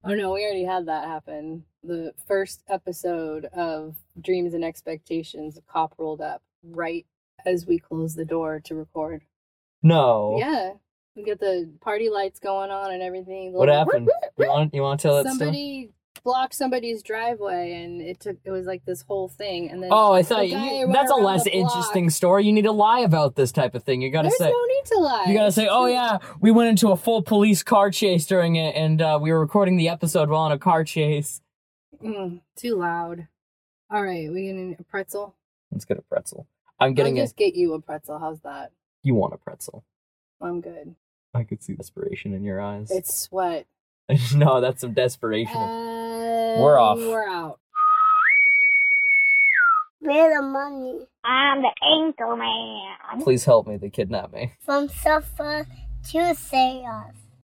Speaker 1: Oh no, we already had that happen. The first episode of Dreams and Expectations, a cop rolled up right as we closed the door to record.
Speaker 9: Oh.
Speaker 8: No.
Speaker 1: Yeah. We got the party lights going on and everything. The
Speaker 8: What
Speaker 1: little-
Speaker 8: happened? You want you want to tell that story?
Speaker 1: Somebody block somebody's driveway, and it took it was like this whole thing. And then
Speaker 9: Oh, I thought
Speaker 1: the guy
Speaker 9: you,
Speaker 1: went
Speaker 9: that's a
Speaker 1: around
Speaker 9: less
Speaker 1: the block.
Speaker 9: interesting story. You need to lie about this type of thing. You gotta
Speaker 1: There's
Speaker 9: say.
Speaker 1: no need to lie.
Speaker 9: You gotta say, oh yeah, we went into a full police car chase during it, and uh, we were recording the episode while on a car chase.
Speaker 1: Mm, too loud. All right, we getting a pretzel.
Speaker 8: Let's get a pretzel. I'm getting
Speaker 1: I'll
Speaker 8: a.
Speaker 1: just get you a pretzel. How's that?
Speaker 8: You want a pretzel?
Speaker 1: I'm good.
Speaker 8: I could see desperation in your eyes.
Speaker 1: It's sweat.
Speaker 8: *laughs* no, that's some desperation.
Speaker 1: Uh, And
Speaker 8: We're off.
Speaker 1: Uh, We're out.
Speaker 4: Where the money?
Speaker 3: I'm the ankle man.
Speaker 8: Please help me. They kidnapped me.
Speaker 4: From suffer to save us.